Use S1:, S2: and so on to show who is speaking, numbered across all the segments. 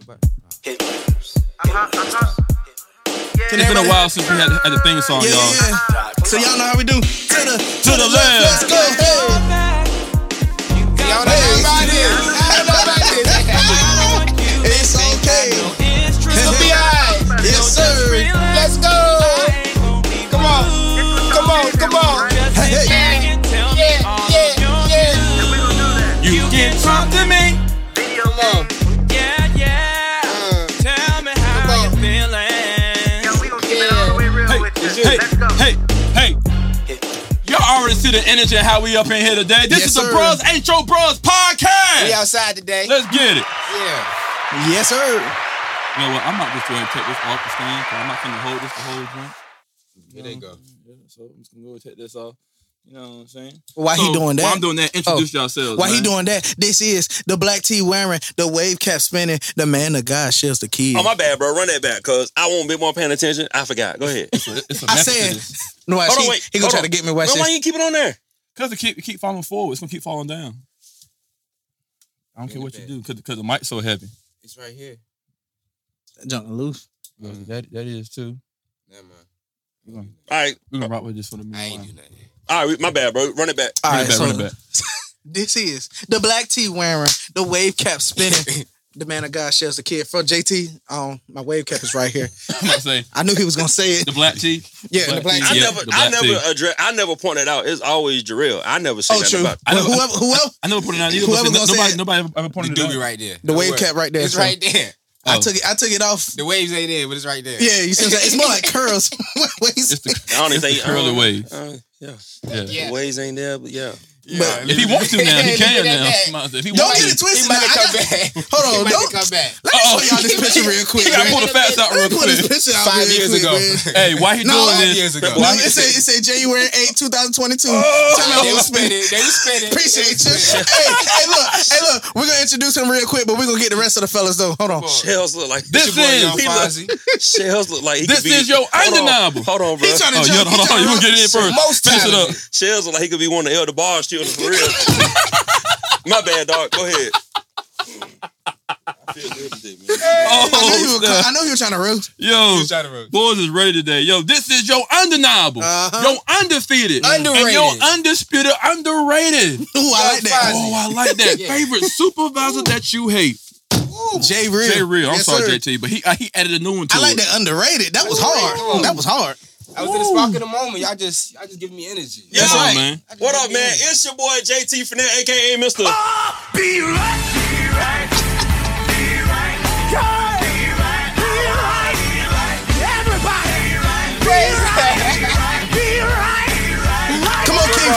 S1: about.
S2: It's been a while since we had, had the theme song,
S1: Yeah,
S2: y'all.
S1: yeah, yeah. So y'all know how we do. To the to the left. Let's go. Hey. Y'all know everybody. It's okay. It'll be alright. Yes, sir. Let's go. Come on. Come on. Come on. Hey, hey.
S2: You get something to me.
S1: Come on.
S2: Hey, hey, hey. Y'all already see the energy and how we up in here today. This
S1: Yes,
S2: is the
S1: sir.
S2: Bros Ain't Your Bros
S1: We
S2: podcast.
S1: outside today.
S2: Let's get it.
S1: Yeah. Yes, sir.
S2: You know what? I'm about to just go ahead and take this off the stand. 'cause I'm not gonna hold this the whole drink.
S1: Here they go.
S2: Yeah, so I'm just gonna go take this off. You know what I'm saying?
S1: Why
S2: So,
S1: he doing that? Oh.
S2: While I'm doing that, introduce yourselves.
S1: Why he
S2: man.
S1: doing that? This is the black tee wearing, the wave cap spinning, the man of God shares the key.
S3: Oh my bad, bro. Run that back, cause I won't be more paying attention. I forgot. Go ahead.
S2: It's a
S1: I
S2: message to
S1: said,
S2: this.
S1: no, watch,
S3: Hold on,
S1: he,
S3: wait.
S1: he gonna
S3: Hold
S1: try
S3: on.
S1: to get me. Watch
S3: Bro, why
S1: this.
S3: you keep it on there?
S2: Cause it keep it keep falling forward. It's gonna keep falling down. I don't care what you do, cause, cause the mic's so heavy.
S4: It's right here.
S1: Jumping loose.
S3: Mm.
S2: That that is too.
S4: Never mind.
S2: We're gonna,
S3: All right,
S2: we gonna rock with this for the
S4: I
S2: meanwhile.
S4: ain't do
S2: Run
S4: nothing.
S3: all right. My bad, bro. Run it back.
S1: All
S2: it
S1: right,
S2: back, run it
S1: so
S2: back.
S1: this is the black tee wearing, the wave cap spinning, the man of God shares the kid. From JT, um, my wave cap is right here.
S2: I'm about to say
S1: I knew he was gonna say it.
S2: the black chief.
S1: Yeah, the black
S3: I
S1: tee.
S2: Yeah,
S3: never,
S2: the
S3: I
S2: black
S3: never
S2: tee.
S3: address, I never pointed out. It's always Jarrell. I never say
S1: Oh,
S3: that
S1: true.
S3: about.
S2: I
S1: Well,
S2: know-
S1: whoever, whoever,
S2: I never put it out either.
S1: Whoever
S2: but
S1: gonna say
S2: nobody,
S1: it-
S2: nobody ever, ever
S4: The
S2: pointed it
S4: doobie
S2: out.
S4: right there.
S1: the
S4: Don't
S1: wave
S4: worry.
S1: cap right there.
S4: It's
S1: so
S4: right there.
S1: I
S2: Oh.
S1: took it. I took it off.
S4: The waves ain't there, but it's right there.
S1: Yeah, you see what I'm saying? It's more like curls. What he
S2: It's the,
S3: I don't even
S2: it's the
S3: think
S2: curly
S3: uh,
S2: waves.
S3: Uh, yeah.
S2: Yeah.
S4: Yeah.
S3: waves ain't there, but yeah.
S4: Yeah,
S1: But-
S2: If he wants to now, he
S4: Look
S2: can
S4: at that
S2: now.
S4: back.
S2: Come out there. If he
S1: Don't
S2: wants
S1: get
S2: to.
S1: it twisted.
S4: He
S1: now.
S4: might have
S1: I
S4: come
S1: got-
S4: back.
S1: Hold on,
S4: He might have
S1: don't-
S4: come back.
S1: Let me show y'all this picture real quick.
S2: He gotta
S1: man.
S2: pull the facts out
S1: Let
S2: real
S1: me pull this
S2: quick.
S1: picture out
S4: Five
S1: real
S4: years
S1: quick,
S4: ago.
S1: man.
S2: Hey, why he
S1: No,
S2: doing
S4: Five
S2: this?
S4: years ago.
S1: No,
S2: Why
S1: it
S2: he,
S1: said, it said January 8, 2022. Tell me I'm
S4: Oh, They
S1: gonna
S4: was
S1: spin
S4: spinning.
S1: it.
S4: They was spinning.
S1: Appreciate you. hey, hey, look, hey, look. We're gonna introduce him real quick, but we're gonna get the rest of the fellas though. Hold on.
S2: Oh,
S3: Shells look like
S2: This
S3: Your boy Young
S2: is- he
S3: Fonzie. Shells look like he
S2: This
S3: could be,
S2: is your
S3: Hold on.
S2: undeniable.
S3: Hold on, bro.
S1: He tryna
S2: oh,
S1: jump-
S2: you, hold on,
S1: he tryna
S2: you gonna get it in
S1: jump.
S2: first.
S4: Most
S2: Finish it up.
S4: talented.
S3: Shells look like he could be one of the elder bars children for real. My bad, dog. Go ahead. I feel good today, man.
S1: I, know you
S2: Oh,
S1: were,
S2: snap.
S1: I know you were trying to roast.
S2: Yo,
S4: He's trying to roast.
S2: boys is ready today. Yo, this is your undeniable,
S1: Uh-huh.
S2: your undefeated, and
S4: Underrated.
S2: your undisputed, underrated.
S1: Ooh, I like that.
S2: Oh, I like that
S4: Yeah.
S2: favorite supervisor that you hate.
S1: Jay Real.
S2: Jay Real. I'm
S1: Yes,
S2: sorry,
S1: sir.
S2: JT, but he uh, he added a new one to
S1: I like
S2: it.
S1: that underrated. That was hard. That was hard.
S4: I was in the spark of the moment. Y'all just, y'all just giving me energy.
S3: Yeah.
S2: Come
S1: right.
S2: on, man.
S4: Y'all just
S3: What up,
S4: giving me
S3: man?
S4: energy.
S3: It's your boy JT Finette, aka Mr.
S1: Come on, King.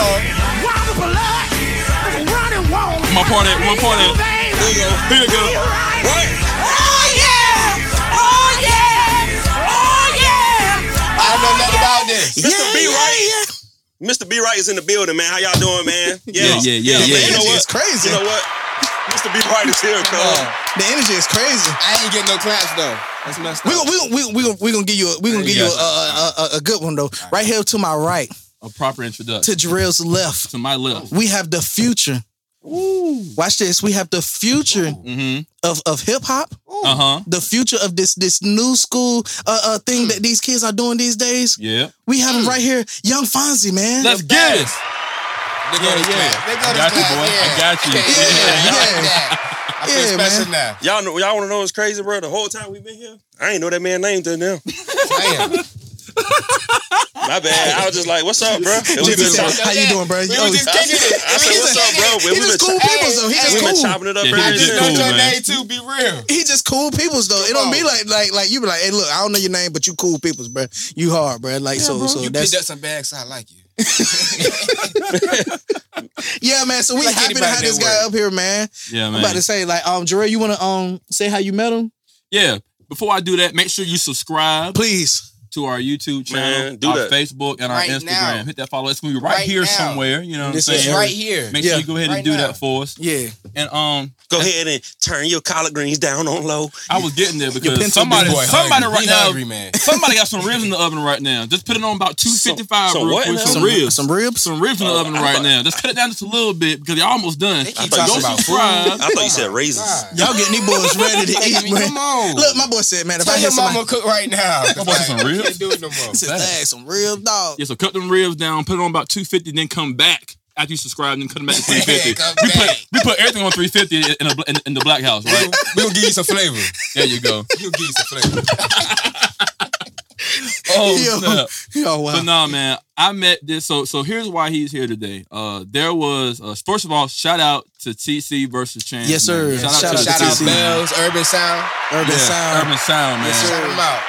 S2: My part at my part at. Here you go.
S3: What?
S2: Oh, Oh,
S4: I don't know nothing about this.
S3: Mr. B Wright. Mr. B Wright is in the building, man. How y'all doing, man?
S2: Yeah, yeah, yeah,
S3: man,
S2: yeah.
S3: You know
S1: Energy is
S3: what?
S1: crazy.
S3: You know what? Mr. B Wright is here, cuz.
S1: The energy is crazy.
S4: I ain't getting no claps though. That's messed
S1: We
S4: up.
S1: gonna we gonna- we gonna- we gonna, we gonna give you a, we gonna give you a, a, a, a, a good one though. Right here to my right,
S2: A proper introduction
S1: to Jarrell's left,
S2: to my left.
S1: we have the future. Watch this. We have the future
S2: Mm-hmm.
S1: of, of hip hop,
S2: Uh huh.
S1: the future of this this new school uh, uh thing that these kids are doing these days.
S2: Yeah.
S1: We have
S4: Mm.
S1: him right here, Young Fonzie, man.
S2: Let's get it.
S4: They go
S2: Yeah,
S4: to
S2: yeah.
S4: class. They go
S2: I
S4: to
S2: got you,
S4: class.
S2: boy. I
S4: Yeah.
S2: got you.
S4: Yeah,
S2: Yeah.
S4: yeah, yeah. I feel
S1: Yeah,
S4: special now.
S3: Y'all know y'all wanna know what's crazy, bro? The whole time we've been here, I ain't know that man's name till now.
S4: Damn.
S3: My bad. I was just like, what's up, bro? And we
S1: Just-
S3: been-
S1: just- how you doing, bro?
S4: We
S1: Oh,
S4: was just
S3: I
S4: kicking
S3: said,
S4: it.
S3: I said,
S4: He's
S3: what's
S4: a-
S3: up, bro?
S1: he
S3: We've been,
S1: just cool
S3: ch-
S1: peoples though. He
S4: Hey,
S3: we've
S1: just
S3: been
S1: cool.
S3: chopping it up
S2: Yeah, he
S4: I
S3: every
S2: just
S4: just
S3: day.
S4: know
S2: cool,
S4: your
S2: man.
S4: name too. Be real.
S1: He just cool peoples though. It don't be
S4: Come on.
S1: like like like you be like, hey, look, I don't know your name, but you cool peoples, bro. You hard, bro. Like so so
S4: You
S1: that's
S4: picked up some bags. I like you.
S1: yeah, man. So we
S4: like
S1: happy to
S4: anybody
S1: have this
S4: that
S1: guy
S4: work.
S1: up here, man.
S2: Yeah,
S1: I'm
S2: man.
S1: about to say like, um, Jarrell, you wanna um say how you met him,
S2: Yeah. Before I do that, make sure you subscribe
S1: please.
S2: to our YouTube channel,
S3: Man, do
S2: our
S3: that.
S2: Facebook, and our
S4: Right
S2: Instagram.
S4: now.
S2: Hit that follow. It's gonna be right,
S4: Right
S2: here
S4: now.
S2: somewhere. You know what I'm
S1: This is
S2: saying?
S4: right here.
S2: Make
S1: Yeah,
S2: sure you go ahead
S4: right
S2: and do
S4: now.
S2: that for us.
S1: Yeah.
S2: And um,
S3: Go ahead and turn your collard greens down on low.
S2: I was getting there
S1: pencil
S2: because somebody,
S4: Boy,
S2: somebody
S4: hungry.
S2: right
S4: He
S2: now,
S4: hungry, man.
S2: somebody got some ribs in the oven right now. Just put it on about two fifty five.
S3: some
S2: real
S3: what
S2: quick.
S3: now?
S2: Some,
S3: Some-
S2: ribs,
S1: Some ribs.
S2: some ribs in the oven right now. Just cut it down just a little bit because you're almost done.
S4: Oh, They keep
S2: Go
S4: talking about food.
S2: subscribe.
S3: I thought you said raisins.
S4: God.
S1: Y'all getting these boys ready to
S4: Hey,
S1: eat, man.
S4: come on.
S1: Look, my boy said, man, if I
S4: Tell
S1: hear
S4: your
S1: somebody
S4: mama cook right now.
S2: boy said some real?
S4: I can't do it no more.
S1: says, "Dang, some real dog.
S2: Yeah, so cut them ribs down, put it on about 250, then come back after you subscribe, then cut them back to 350.
S4: Come
S2: we,
S4: back.
S2: put, we put everything on 350 in, a, in, in the black house, right?
S4: We're gonna give you some flavor.
S2: There you go.
S4: We'll give you some flavor.
S2: Oh,
S1: Yo,
S2: snap.
S1: yo, wow.
S2: But no, man, I met this. So, so here's why he's here today. Uh, there was uh, first of all, shout out to TC versus Chance.
S1: Yes, sir.
S2: man. Shout, out to
S4: Shout out
S1: TC.
S4: Bells, Urban Sound.
S1: Urban
S2: Yeah,
S1: sound.
S2: Urban Sound, man.
S1: Yes, sir.
S4: Shout them out.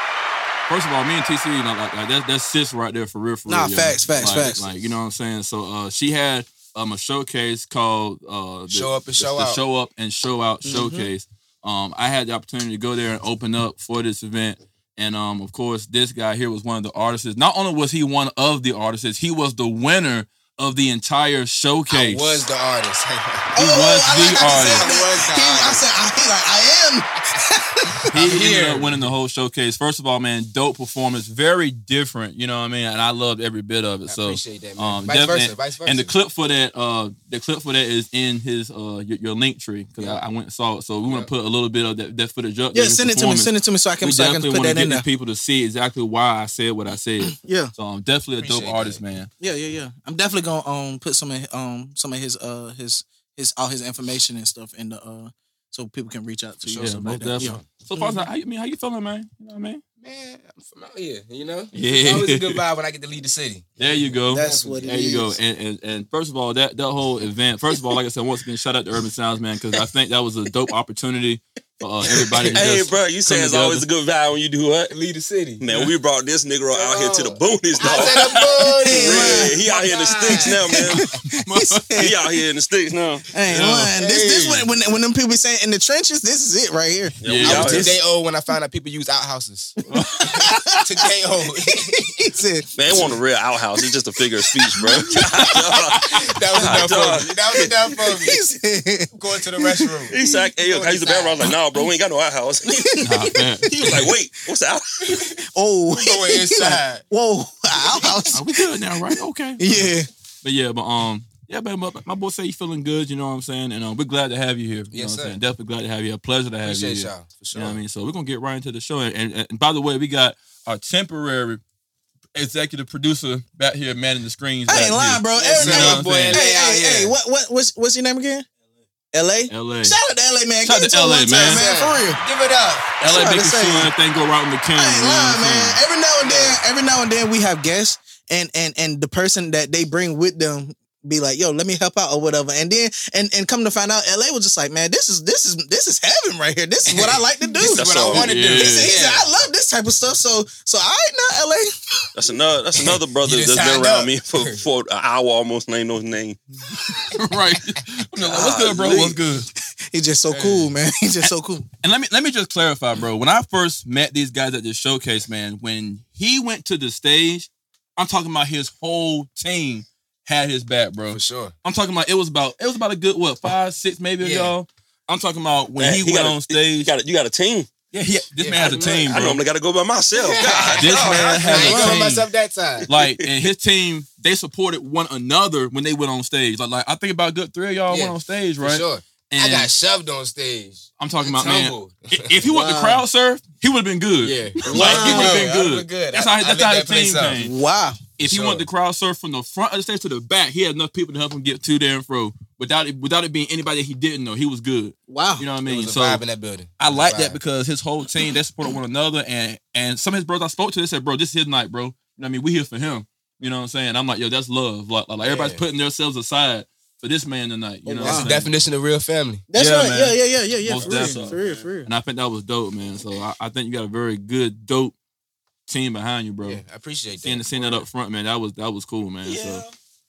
S2: First of all, me and TC, you know, like, like that's that's sis right there for real. For
S1: Nah,
S2: real, yo.
S1: facts, facts,
S2: Like-
S1: facts.
S2: Like you know what I'm saying. So uh, she had um a showcase called uh, the-
S4: Show up and
S2: the-
S4: show
S2: the
S4: out.
S2: show up and show out
S1: Mm-hmm.
S2: showcase. Um, I had the opportunity to go there and open up for this event. And um, of course, this guy here was one of the artists. Not only was he one of the artists, he was the winner of the entire
S4: I
S2: showcase.
S4: was the artist.
S1: Oh,
S2: He was
S1: I like how you
S2: the
S1: said
S2: artist.
S1: that.
S4: He was the
S1: He- I
S4: artist.
S1: said, I, he like, I am.
S2: he
S4: I'm
S2: ended
S4: here.
S2: up winning the whole showcase. First of all, man, dope performance, very different. You know what I mean? And I loved every bit of it.
S4: I
S2: So
S4: appreciate that, man.
S2: um,
S4: vice
S2: definitely-
S4: versa, vice versa.
S2: And the clip for that, uh, the clip for that is in his uh your, your link tree because
S4: Yeah.
S2: I, I went and saw it. So we want to put a little bit of that, that footage up.
S1: Yeah, send it to me. Send it to me so I can,
S2: We
S1: so I can
S2: definitely
S1: put
S2: want to
S1: that
S2: get
S1: in
S2: the
S1: there.
S2: people to see exactly why I said what I said.
S1: Yeah,
S2: So I'm definitely a
S4: Appreciate
S2: dope artist,
S4: that.
S2: man.
S1: yeah, yeah, yeah. I'm definitely gonna um put some of um some of his uh his his all his information and stuff in the uh so people can reach out to you.
S2: Yeah,
S1: or something
S2: most
S1: like that.
S2: definitely. So, Foster, how you mean? How you feeling, man? You know what I mean?
S4: man, I'm from out here. You know,
S2: Yeah.
S4: It's always a good vibe when I get to lead the city.
S2: There you go.
S1: That's what it
S2: There you go.
S1: is.
S2: And, and and first of all, that that whole event. First of all, like I said, once again, shout out to Urban Sounds, man, because I think that was a dope opportunity for uh, everybody. To
S3: Hey,
S2: just,
S3: bro, you say
S2: come
S3: it's always a good vibe when you do what?
S4: Lead the city.
S3: Man, we brought this nigga out here to the boonies,
S4: I
S3: dog.
S4: said the booty.
S3: Yeah, he out here in the sticks now, man. He out here in the sticks now.
S1: Yeah. Hey,
S2: Yeah.
S1: man, this this
S4: Hey.
S1: when, when when them people be saying in the trenches, this is it right here.
S3: Yeah,
S2: Yeah.
S3: we
S4: I
S3: out
S4: was
S3: here.
S4: two day old when I found out people use outhouses. two day old.
S1: he said,
S3: Man, it wasn't a real outhouse. It's just a figure of speech, bro.
S4: That was enough for me. That was enough for
S1: he
S4: me.
S1: said,
S4: Going to the restroom.
S3: He's like, hey, yo, can I use the bathroom? I was like, nah, bro, we ain't got no outhouse. he
S2: Nah, man.
S3: was like, wait, what's out?
S1: oh,
S4: Going inside.
S1: whoa, our house.
S2: Are we good now, right? Okay.
S1: Yeah,
S2: But yeah, but um, yeah, but my, my boy say you feeling good. You know what I'm saying? And um, we're glad to have you here. You know what
S4: Yes, sir.
S2: I'm saying? Definitely glad to have you. here. Pleasure to have
S4: Appreciate
S2: you. Here.
S4: y'all for
S2: You
S4: sure.
S2: know what I mean? So we're gonna get right into the show. And, and, and by the way, we got our temporary executive producer back here manning the screens.
S1: I ain't lying, bro. Every
S2: You know
S1: night,
S2: what I'm
S4: boy,
S2: saying?
S1: hey, hey,
S4: Yeah.
S1: hey, what what what's what's your name again? L.A.
S2: L.A.
S1: Shout out to L.A. man. Give
S2: Shout out
S1: it
S2: to
S1: him
S2: LA,
S1: one time,
S2: man.
S1: man, for real.
S4: Give it up.
S1: That's what
S2: LA
S1: I
S2: making
S1: was saying.
S2: sure everything go right with
S1: I
S2: McCain.
S1: ain't
S2: you know what
S1: lying,
S2: I'm
S1: man.
S2: saying?
S1: Every now and then, every now and then we have guests, and and and the person that they bring with them be like, "Yo, let me help out" or whatever. And then and and come to find out, LA was just like, "Man, this is this is this is heaven right here. This is what I like to do."
S4: This is
S3: That's
S4: what I
S3: all.
S4: want to do.
S2: Yeah.
S1: He said, he said,
S4: Yeah.
S1: I love this type of stuff. So, so I not LA.
S3: That's another that's another brother
S4: You just
S3: that's been
S4: signed
S3: around
S4: up.
S3: me for, for an hour almost, and ain't know his name.
S2: right. I'm like, what's good, bro? What's good?
S1: He's just so cool, man. He's just so cool.
S2: And let me let me just clarify, bro. When I first met these guys at this showcase, man, when he went to the stage, I'm talking about his whole team had his back, bro.
S4: For sure.
S2: I'm talking about it was about it was about a good what five six maybe
S4: Yeah.
S2: ago. I'm talking about when
S3: Man,
S2: he,
S3: he
S2: went
S3: got a-
S2: on
S3: You
S2: stage.
S3: got a, you got a team.
S2: yeah, he, this
S4: Yeah,
S2: man has a
S4: I
S2: team,
S3: I
S2: bro.
S3: normally got to go by myself. Oh, God,
S2: This
S3: dog.
S2: man
S4: I ain't
S2: has
S4: going
S2: a team.
S4: myself that time.
S2: Like and his team, they supported one another when they went on stage. Like, like I think about a good three of y'all
S4: Yeah,
S2: went on stage,
S4: For
S2: right?
S4: sure. I
S2: And
S4: got shoved on stage.
S2: I'm talking about man.
S4: Tumbled.
S2: If if he went to
S1: Wow.
S2: crowd surf, he would have been good.
S4: Yeah.
S2: Like he would have been
S4: I would've
S2: good.
S4: been good.
S2: That's
S4: I-
S2: how
S4: I
S2: that's
S4: lit
S2: how
S4: that
S2: his
S4: place
S2: team
S4: up.
S2: came.
S1: Wow.
S2: If he
S4: Sure.
S2: wanted to crowd surf from the front of the stage to the back, he had enough people to help him get to there and fro without it without it being anybody that he didn't know. He was good.
S1: Wow.
S2: You know what I
S4: It
S2: mean?
S4: was a
S2: So
S4: vibe in that building.
S2: I
S4: It was a
S2: like that
S4: vibe.
S2: because his whole team they supported one another and and some of his bros I spoke to they said, bro, this is his night, bro. You know what I mean? We here for him. You know what I'm saying? I'm like, yo, that's love. Like, like everybody's
S4: Yeah. Oh,
S2: putting themselves aside for this man tonight. You know
S1: wow.
S2: what I'm
S4: That's the
S1: Wow.
S2: saying?
S4: definition of real family.
S1: That's
S2: Yeah,
S1: right.
S2: man.
S1: Yeah, yeah, yeah, yeah, yeah.
S2: Most
S1: for, real,
S2: definitely.
S1: for real, for real.
S2: And I think that was dope, man. So I, I think you got a very good, dope team behind you, bro.
S4: Yeah, I appreciate
S2: Seeing
S4: that.
S2: seeing that up front, man, that was that was cool, man. So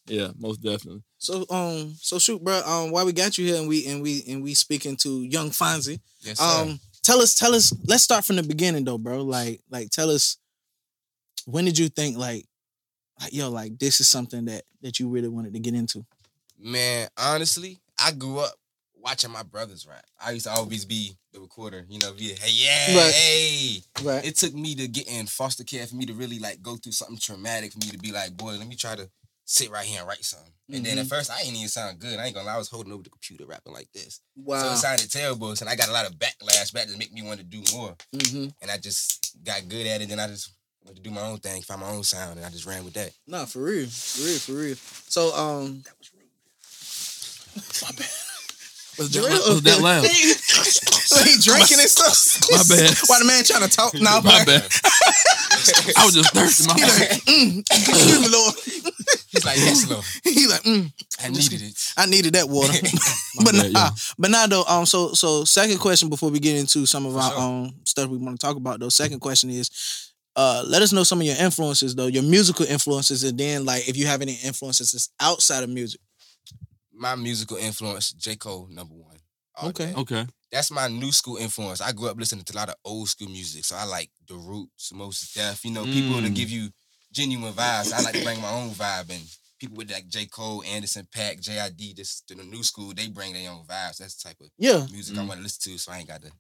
S2: yeah, most definitely.
S1: So, um, so shoot, bro. Um, why we got you here and we and we and we speaking to young Fonzie.
S4: Yes, sir.
S1: Um, tell us, tell us. Let's start from the beginning, though, bro. Like, like, tell us when did you think like, like, yo, like this is something that that you really wanted to get into?
S4: Man, honestly, I grew up watching my brothers rap. I used to always be the recorder, you know, be hey, yeah,
S1: Right.
S4: hey.
S1: Right.
S4: It took me to get in foster care for me to really like go through something traumatic for me to be like, boy, let me try to sit right here and write something. And then at
S1: Mm-hmm.
S4: first, I ain't even sound good. I ain't gonna lie, I was holding over the computer rapping like this. So
S1: wow.
S4: it sounded terrible. And I got a lot of backlash back to make me want to do more.
S1: mm-hmm.
S4: And I just got good at it. And I just went to do my own thing, find my own sound, and I just ran with that.
S1: No, for real, for real, for real. So um,
S2: Was
S1: Drill.
S2: that, was that loud?
S1: he drinking and stuff.
S2: My bad.
S1: Why the man trying to talk? Nah,
S2: My
S1: but
S2: bad. I was just thirsty. My
S1: he like,
S2: bad.
S1: mm, excuse me, Lord.
S4: He's like, yes, Lord,
S1: He like, mm,
S4: I needed it.
S1: I needed that water.
S2: My
S1: but
S2: bad,
S1: nah,
S2: yeah.
S1: but nah though. Um, so so second question before we get into some of our
S4: sure.
S1: um stuff we want to talk about though. Second question is, uh, let us know some of your influences though, your musical influences, and then like if you have any influences that's outside of music.
S4: my musical influence, J. Cole, number one. All
S1: Okay.
S4: day.
S2: Okay.
S4: That's my new school influence. I grew up listening to a lot of old school music. So I like the roots, most deaf, you know, people to
S2: Mm.
S4: give you genuine vibes. I like to bring my own vibe and people with like J. Cole, Anderson Pack, J.I.D., this the new school, they bring their own vibes. That's the type of
S1: Yeah.
S4: music I
S2: Mm.
S4: want to listen to, so I ain't got to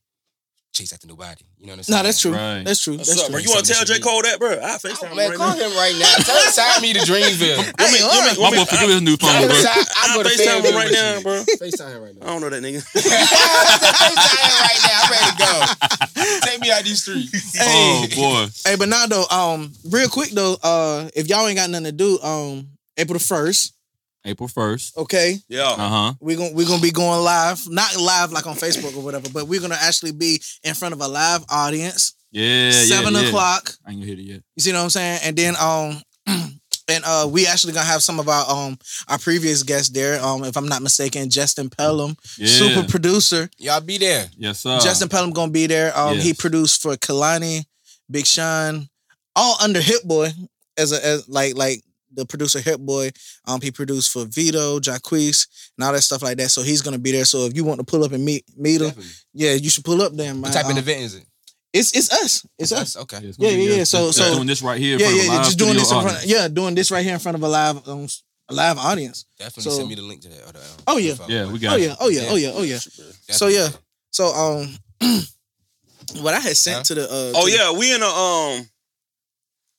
S4: chase after nobody. You know what I'm saying?
S1: No, that's true.
S2: Right.
S1: That's true.
S3: What's
S1: that's
S3: up, bro?
S1: true.
S3: You want to tell J. Cole that, bro? I
S4: Oh,
S3: FaceTime
S4: man,
S3: him
S4: call
S3: right now.
S4: him right now. Tell sign me to Dreamville.
S1: I mean, all right.
S2: My boy forget his new phone, bro.
S3: I
S4: I'm
S3: FaceTime him right now, bro.
S4: FaceTime him right now.
S3: I don't know that nigga.
S4: i right now. I'm ready to go. Take me out these streets.
S2: Oh boy.
S1: Hey, but now though, um, real quick though, uh, if y'all ain't got nothing to do, um, April the first,
S2: April first.
S1: okay,
S3: Yeah.
S2: Uh huh.
S1: we're gonna we're gonna be going live, not live like on Facebook or whatever, but we're gonna actually be in front of a live audience,
S2: Yeah.
S1: seven
S2: yeah, yeah.
S1: o'clock.
S2: I ain't gonna hit it yet.
S1: You see what I'm saying? And then um. And uh, we actually gonna have some of our um our previous guests there. Um, if I'm not mistaken, Justin Pelham,
S2: Yeah.
S1: super producer.
S4: Y'all be there.
S2: Yes sir.
S1: Justin Pelham gonna be there. Um, he
S2: Yes.
S1: produced for Kalani, Big Sean, all under Hit Boy as a as like like the producer Hit Boy. Um, he produced for Vito, Jacquees, and all that stuff like that. So he's gonna be there. So if you want to pull up and meet meet him, yeah, you should pull up there. man.
S4: What type
S1: Um,
S4: of event is it?
S1: It's it's us. It's us.
S4: Okay.
S2: it's gonna
S1: Yeah,
S2: be-
S1: yeah, yeah. So-
S2: just
S1: so-
S2: doing this right here. in
S1: Yeah,
S2: front of
S1: yeah,
S2: a
S1: yeah.
S2: live
S1: Just doing
S2: studio
S1: this in front.
S2: audience.
S1: yeah, doing this right here in front of a live um, s- a live audience.
S4: Definitely
S1: So-
S4: send me the link to that. or the, um,
S1: Oh, yeah.
S4: info.
S2: Yeah, we got.
S1: Oh
S2: it.
S1: yeah. Oh yeah. Oh yeah. Oh yeah. So, yeah. So um, what I had sent
S4: Huh?
S1: to the uh,
S3: Oh
S1: to the-
S3: yeah, we in a um,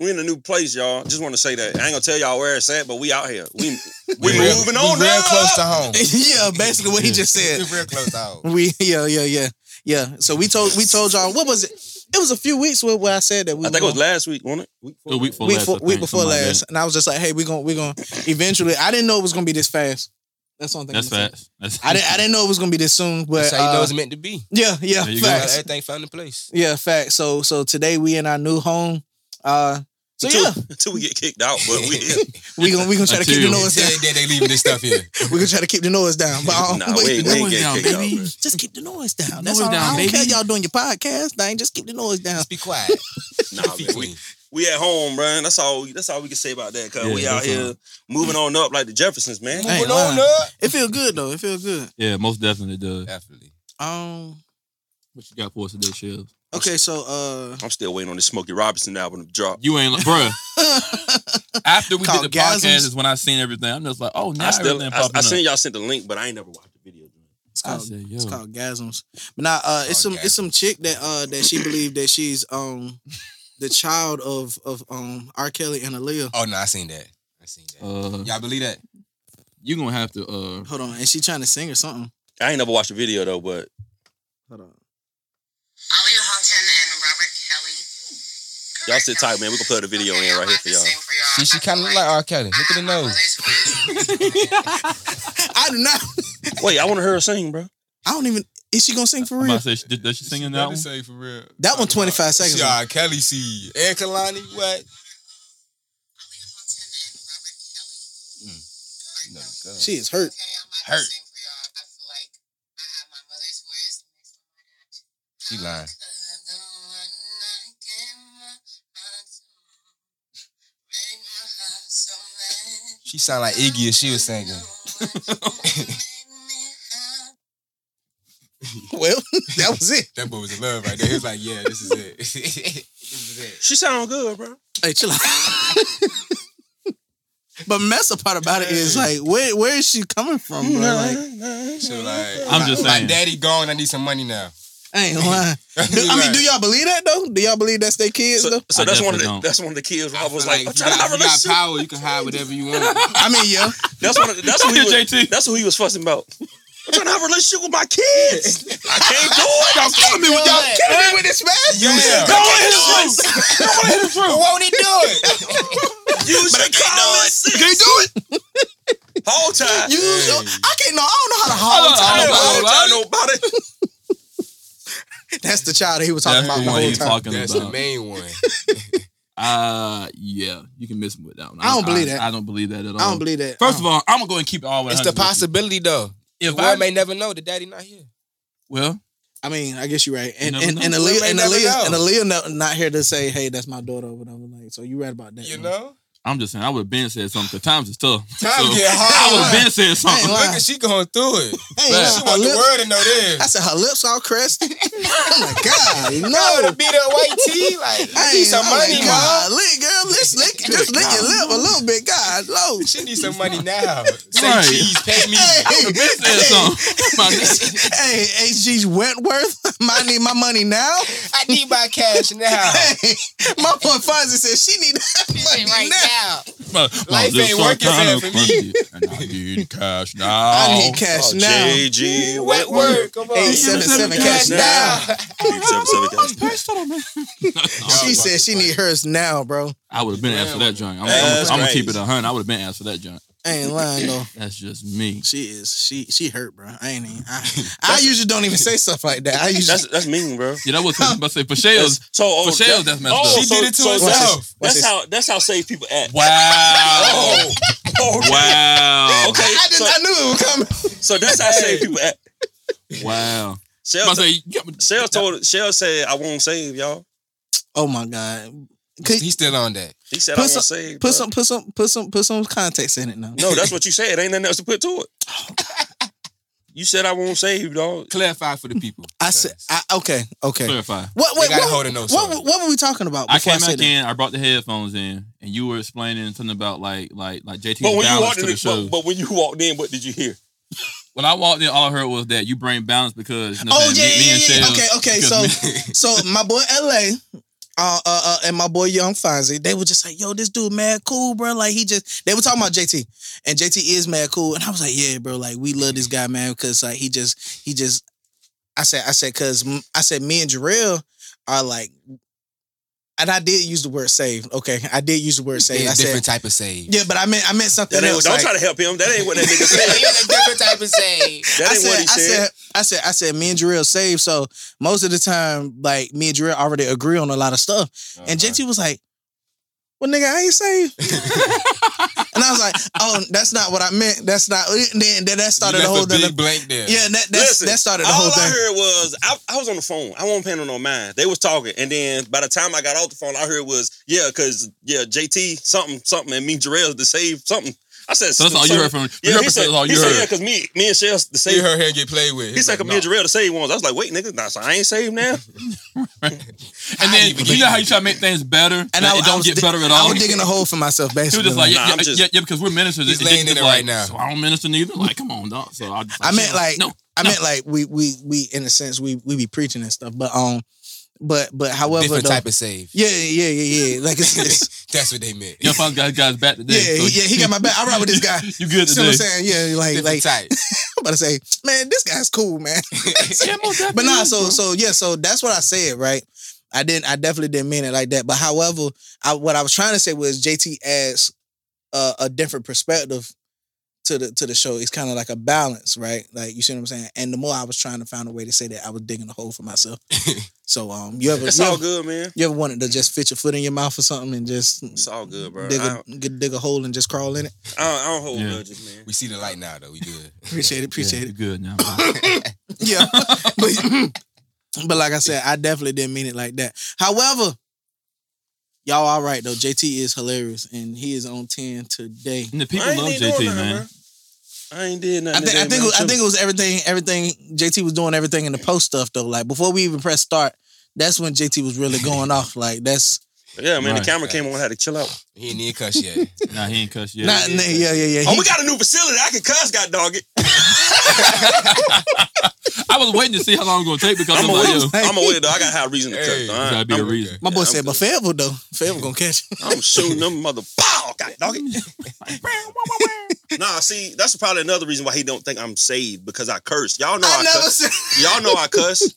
S3: we in a new place, y'all. Just want to say that. I ain't gonna tell y'all where it's at, but we out here. We we
S4: We're real-
S3: moving
S4: we're
S3: on
S4: real
S3: now.
S4: close to home.
S1: yeah. Basically, what he
S2: Yeah.
S1: just said.
S4: We're real close to home.
S1: We yeah yeah yeah yeah. So we told we told y'all what was it? It was a few weeks where, where I said that we.
S3: I think it
S1: were-
S3: was last week, wasn't it? Week
S2: The week before
S1: week,
S2: last,
S1: fo-
S2: I
S1: week
S2: think,
S1: before
S2: something like
S1: last, and I was just like, hey, we're gonna we're gonna eventually. I didn't know it was gonna be this fast. That's one
S2: that.
S1: thing.
S2: That's
S1: I'm gonna say.
S2: fast. That's
S1: I didn't I didn't know it was gonna be this soon, but
S4: That's how you know
S1: uh,
S4: it's meant to be.
S1: yeah yeah
S2: There you go.
S1: facts
S4: Everything found in place.
S1: yeah facts. So so today we in our new home. Uh, so
S3: until,
S1: yeah,
S3: until we get kicked out, but we
S1: we gonna we gonna try to keep the
S2: Until-
S1: noise down.
S4: Instead, they leaving this stuff here.
S1: We gonna try to keep the noise down. But um,
S3: Nah,
S1: but-
S3: we ain't- we ain't
S2: Noise down,
S3: getting kicked out.
S2: baby.
S3: bro.
S1: just keep the noise down.
S2: Noise
S1: That's all.
S2: down,
S1: I don't care
S2: baby.
S1: y'all doing your podcast thing. Just keep the noise down.
S4: Just be quiet.
S3: Nah, man, we, we at home, man. That's all. That's all we can say about that. Cause
S2: Yeah,
S3: we out
S2: that's
S3: here
S2: all.
S3: moving on up like the Jeffersons, man.
S1: Hey,
S4: Moving
S1: wow.
S4: on up.
S1: It feel good though. It feel good.
S2: yeah, most definitely does.
S4: Definitely.
S1: Um.
S2: What you got for us today, Shields?
S1: Okay, so uh,
S3: I'm still waiting on this Smokey Robinson album to drop.
S2: You ain't, like, bruh. After we
S1: Called
S2: did the
S1: Gasms.
S2: podcast, is when I seen everything. I'm just like, oh, now
S3: I still,
S2: everything
S3: I,
S2: popping
S3: I
S2: up.
S3: seen y'all sent the link, but I ain't never watched the video.
S1: it's
S2: I
S1: called
S2: said, yo,
S1: it's called gasms. But now uh, it's
S4: It's
S1: some
S4: called
S1: it's some chick that uh that she believed that she's um the child of of um R Kelly and Aaliyah.
S4: Oh no, I seen that. I seen that.
S2: uh,
S4: Y'all believe that?
S2: you gonna have to. Uh,
S1: Hold on, and she trying to sing or something.
S3: I ain't never watched the video though, but
S1: Hold on.
S5: Aaliyah Houghton and Robert Kelly.
S3: y'all sit tight, man. We gonna play the video in right here for y'all.
S4: See, she kind of look like R. Kelly. Look at the nose.
S1: I do not.
S3: Wait, I want to hear her sing, bro.
S1: I don't even. Is she gonna sing for
S2: I'm about
S1: real?
S2: to say, she- did, does she sing in that one?
S4: Say for real.
S1: That one 25 seconds.
S4: She R. Kelly see. And Kalani, what? Mm. No, go.
S1: She is hurt.
S4: Hurt. She lying. She sound like Iggy if she was singing.
S1: Well, that was it.
S4: That boy was in love right there. He was like, yeah, this is it. this is it.
S3: She sound good, bro.
S1: Hey, chill out. but mess up part about it is like, where where is she coming from, bro? Like,
S4: So like,
S2: I'm
S4: my-
S2: just
S4: my
S2: saying.
S4: daddy gone. I need some money now.
S1: I ain't lying. Do, I mean, do y'all believe that though? Do y'all believe that's their kids
S3: So,
S1: though?
S3: so
S2: I
S3: that's one of the
S2: definitely don't.
S3: that's one of the kids. Rob was
S4: feel
S3: like, I'm
S4: if you
S3: trying to
S4: got-
S3: have a
S4: if you got
S3: relationship.
S4: power, you can hide whatever you want.
S1: I mean, yeah.
S3: That's one. Of, that's who he
S2: Don't
S3: was,
S2: do JT.
S3: That's who he was fussing about. I'm trying to have a relationship with my kids. I can't do it. Y'all killing me with y'all killing me with this man.
S4: Yeah.
S3: Don't want to hit him first. Don't want to hit him first.
S4: won't he do it?
S3: Use your common sense. Can't do it. Whole time.
S1: You,
S4: Hey.
S1: I can't know. I don't know how to hold
S2: I
S1: time.
S2: don't know.
S1: about
S3: Whole
S1: it.
S3: time nobody.
S1: That's the child that he was talking
S2: That's
S1: about the
S2: the one
S1: whole
S2: he's
S1: time.
S2: talking
S4: That's the
S2: about.
S4: main one.
S2: Uh, yeah, you can miss him with that one.
S1: I don't believe that.
S2: I don't believe that at all.
S1: I don't believe that.
S2: First of all, I'm gonna go and keep it all.
S4: It's the
S2: 100 with you.
S4: possibility though. The
S2: If I
S4: world may never know. The daddy not here.
S2: well,
S1: I mean, I guess you're right. And
S2: never
S1: and,
S2: know.
S1: and
S4: We
S1: Aaliyah
S4: may
S1: and
S4: never
S1: Aaliyah
S4: know.
S1: and Aaliyah no- not here to say, hey, that's my daughter or whatever. Like, so you right about that.
S4: You
S1: man.
S4: know.
S2: I'm just saying I would have been said something. 'cause Times is tough.
S4: Times get
S2: I
S4: hard.
S2: would have been said something.
S1: lying.
S4: Look, at she going through it.
S1: I ain't
S2: But-
S1: lying.
S4: She
S1: Her
S4: want the
S1: lips-
S4: world to know this.
S1: I said her lips all crusty. I'm like, God, no.
S4: to beat her white tea. Like, I need some money, mom.
S1: Oh, God, lick, girl. Let's lick, just lick your lip a little bit. God, low.
S4: She need some money now. Say
S2: Right.
S4: cheese, pay me.
S1: Hey,
S2: Been said something. My nigga.
S1: hey, HG's Wentworth. I need my money now.
S4: I need my cash now.
S1: Hey, my boy Fonzie said she need that money
S4: right
S1: now.
S4: now.
S2: My- my
S4: ain't
S2: lips are
S4: working
S2: kinda
S4: fair for me.
S2: crunchy, And I need cash now.
S1: I
S4: Oh.
S1: need cash now.
S3: JG
S4: Wet word. Come on.
S1: Eight seven seven cash now. She said she need hers now, bro.
S2: I would have been asked for that joint. I'm,
S3: Yeah,
S2: I'm-
S3: that's
S2: I'm gonna keep it
S3: crazy.
S2: a hundred. I would have been asked for that joint.
S1: I ain't lying though.
S2: That's just me.
S1: She is. She she hurt, bro. I ain't. Even, I, I usually don't even say stuff like that. I usually.
S3: That's that's mean, bro.
S2: Yeah, that was I'm about to say for sales.
S3: so oh,
S2: For sales, that's messed
S3: oh,
S2: up.
S4: She did it to
S3: so,
S4: herself.
S3: that's-
S4: Watch
S1: this. Watch
S3: That's
S1: this.
S3: how that's how saved people act.
S2: Wow.
S3: Oh, okay.
S2: Wow.
S3: Okay.
S1: I, I, didn't,
S3: so,
S1: I knew it was coming.
S3: so that's how saved people act.
S2: Wow. I'm
S3: Shell,
S2: about to say, you got-
S3: Shell told Shell said I won't save y'all.
S1: Oh my god. Could-
S4: He's still on that.
S3: He said
S1: Put
S3: I won't
S1: some-
S3: save. bro."
S1: put some put some put some put some context in it now.
S3: No, that's what you said. Ain't nothing else to put to it. You said I won't save, dog.
S4: Clarify for the people.
S1: I said. I, okay. Okay.
S2: clarify.
S1: What
S4: They
S1: what
S4: gotta
S1: what,
S4: hold a note
S1: what,
S4: somewhere.
S1: what were we talking about?
S2: I
S1: Before I,
S2: came back
S1: said that?
S2: in. I brought the headphones in, and you were explaining something about like like like JT
S3: But when you
S2: balance
S3: walked
S2: to
S3: in,
S2: the show.
S3: but, but when you walked in, what did you hear?
S2: when I walked in, all I heard was that you bring balance because you know,
S1: Oh
S2: saying,
S1: yeah,
S2: me, me
S1: yeah,
S2: and
S1: yeah, yeah.
S2: Shell-
S1: Okay, okay. So
S2: because
S1: so my boy LA uh, uh, uh, and my boy Young Fonzie, they were just like, "Yo, this dude mad cool, bro." Like he just, they were talking about JT, and JT is mad cool, and I was like, "Yeah, bro, like we love this guy, man, because like he just, he just." I said, I said, because I said, me and Jarrell are like, and I did use the word saved. Okay, I did use the word saved. I
S4: It's a
S1: said,
S4: different type of save.
S1: yeah, but I meant, I meant something
S3: That ain't,
S1: else.
S3: don't
S1: like-
S3: try to help him. That ain't what that nigga said.
S4: It's a different type of save.
S3: That
S1: I
S3: ain't what
S1: said,
S3: he
S1: I said,
S3: said.
S1: I said, I said, me and Jarrell saved. So most of the time, like me and Jarrell already agree on a lot of stuff. And
S3: Uh-huh.
S1: JT was like, "Well, nigga, I ain't saved." and I was like, "Oh, that's not what I meant. That's not." Then, then that started the whole
S4: big
S1: thing.
S4: blank there.
S1: Yeah, that that's,
S3: Listen,
S1: that started the whole
S3: all I
S1: thing.
S3: heard was I, I was on the phone. I wasn't paying no mind. They was talking, and then by the time I got off the phone, I heard was yeah, because yeah, JT something something, and me Jarrell to save something. I said
S2: So that's all you heard from- from
S3: Yeah,
S2: your
S3: he said,
S2: perspective, all
S3: he
S2: you
S3: said
S2: heard.
S3: yeah, because me me and Shell the
S4: See
S3: save.
S4: her hair get played with.
S3: He said, "Come here, Jarrell, to save ones." I was like, "Wait, nigga, nah, so I ain't saved now."
S2: and
S4: I
S2: then
S4: even
S2: you know
S4: think-
S2: how you try to make things better, and
S1: I,
S2: it
S1: I
S2: don't
S1: was
S2: get
S1: dig-
S2: better at
S1: I
S2: all.
S1: was digging a hole for myself,
S2: He
S1: basically.
S2: was just
S3: Nah,
S2: like, yeah,
S3: I'm
S2: yeah,
S3: just-
S2: yeah, yeah, because we're ministers.
S4: He's
S2: It- it-
S4: laying in
S2: it's
S4: it
S2: like,
S4: right now.
S2: So I don't minister neither. Like, come on, dog. So I, just,
S1: I meant like-
S2: no,
S1: I meant like we we we in a sense we we be preaching and stuff, but um, but but however,
S4: Different
S1: though-
S4: type of save.
S1: yeah, yeah, yeah, yeah. Like it's, it's
S4: That's what they meant.
S2: your father got his guys back today.
S1: yeah,
S2: so
S1: he- yeah. He got my back. I ride with this guy.
S2: You good
S1: See what
S2: today?
S1: I'm saying? Yeah, like
S4: Different
S1: like
S4: type.
S1: I'm about to say, man, this guy's cool, man. but nah, so so yeah, so that's what I said, right? I didn't, I definitely didn't mean it like that. But however, I, what I was trying to say was JT adds a, a different perspective to the to the show. It's kind of like a balance, right? Like you see what I'm saying. And the more I was trying to find a way to say that, I was digging a hole for myself. so um, you ever
S3: It's
S1: you
S3: all
S1: ever,
S3: good, man.
S1: you ever wanted to just fit your foot in your mouth or something and just
S3: It's all good, bro.
S1: dig
S3: I,
S1: a, dig a hole and just crawl in it?
S3: I don't, I don't hold
S2: Yeah.
S3: grudges, man.
S4: We see the light now, though. We good.
S1: Appreciate it, appreciate it.
S2: you good now.
S1: Yeah. but, but like I said, I definitely didn't mean it like that. However, y'all all right though. JT is hilarious and he is on 10 today.
S2: And the people
S3: I ain't
S2: love
S3: even doing
S2: JT,
S3: nothing,
S2: man.
S3: bro. I ain't did
S1: I
S3: nothing.
S1: think I
S3: today,
S1: think
S3: man.
S1: I think it was everything. Everything JT was doing everything in the post stuff though. Like before we even press start, that's when JT was really going off. Like that's
S3: Yeah, man.
S2: Right.
S3: The camera came on. Had to chill out.
S4: He ain't need cuss yet.
S2: Nah, he ain't cuss yet.
S1: not yeah yeah yeah.
S3: oh,
S1: He-
S3: we got a new facility. I can cuss. God dog it.
S2: I was waiting to see how long it was gonna take because
S3: I'm
S2: I'm,
S3: a
S2: like, yo,
S3: wit- I'm a wit though. I got to have reason to cuss.
S4: Hey,
S3: though.
S2: gotta be a
S3: I'm,
S2: reason.
S1: my boy
S3: Yeah,
S1: said,
S3: I'm
S1: but Fayetteville though, Fayetteville gonna catch. him."
S3: I'm shooting them mother. Pow! God dog it. Nah, see, that's probably another reason why he don't think I'm saved because I curse. Y'all know I,
S1: I never
S3: cuss.
S1: said.
S3: Y'all know I cuss,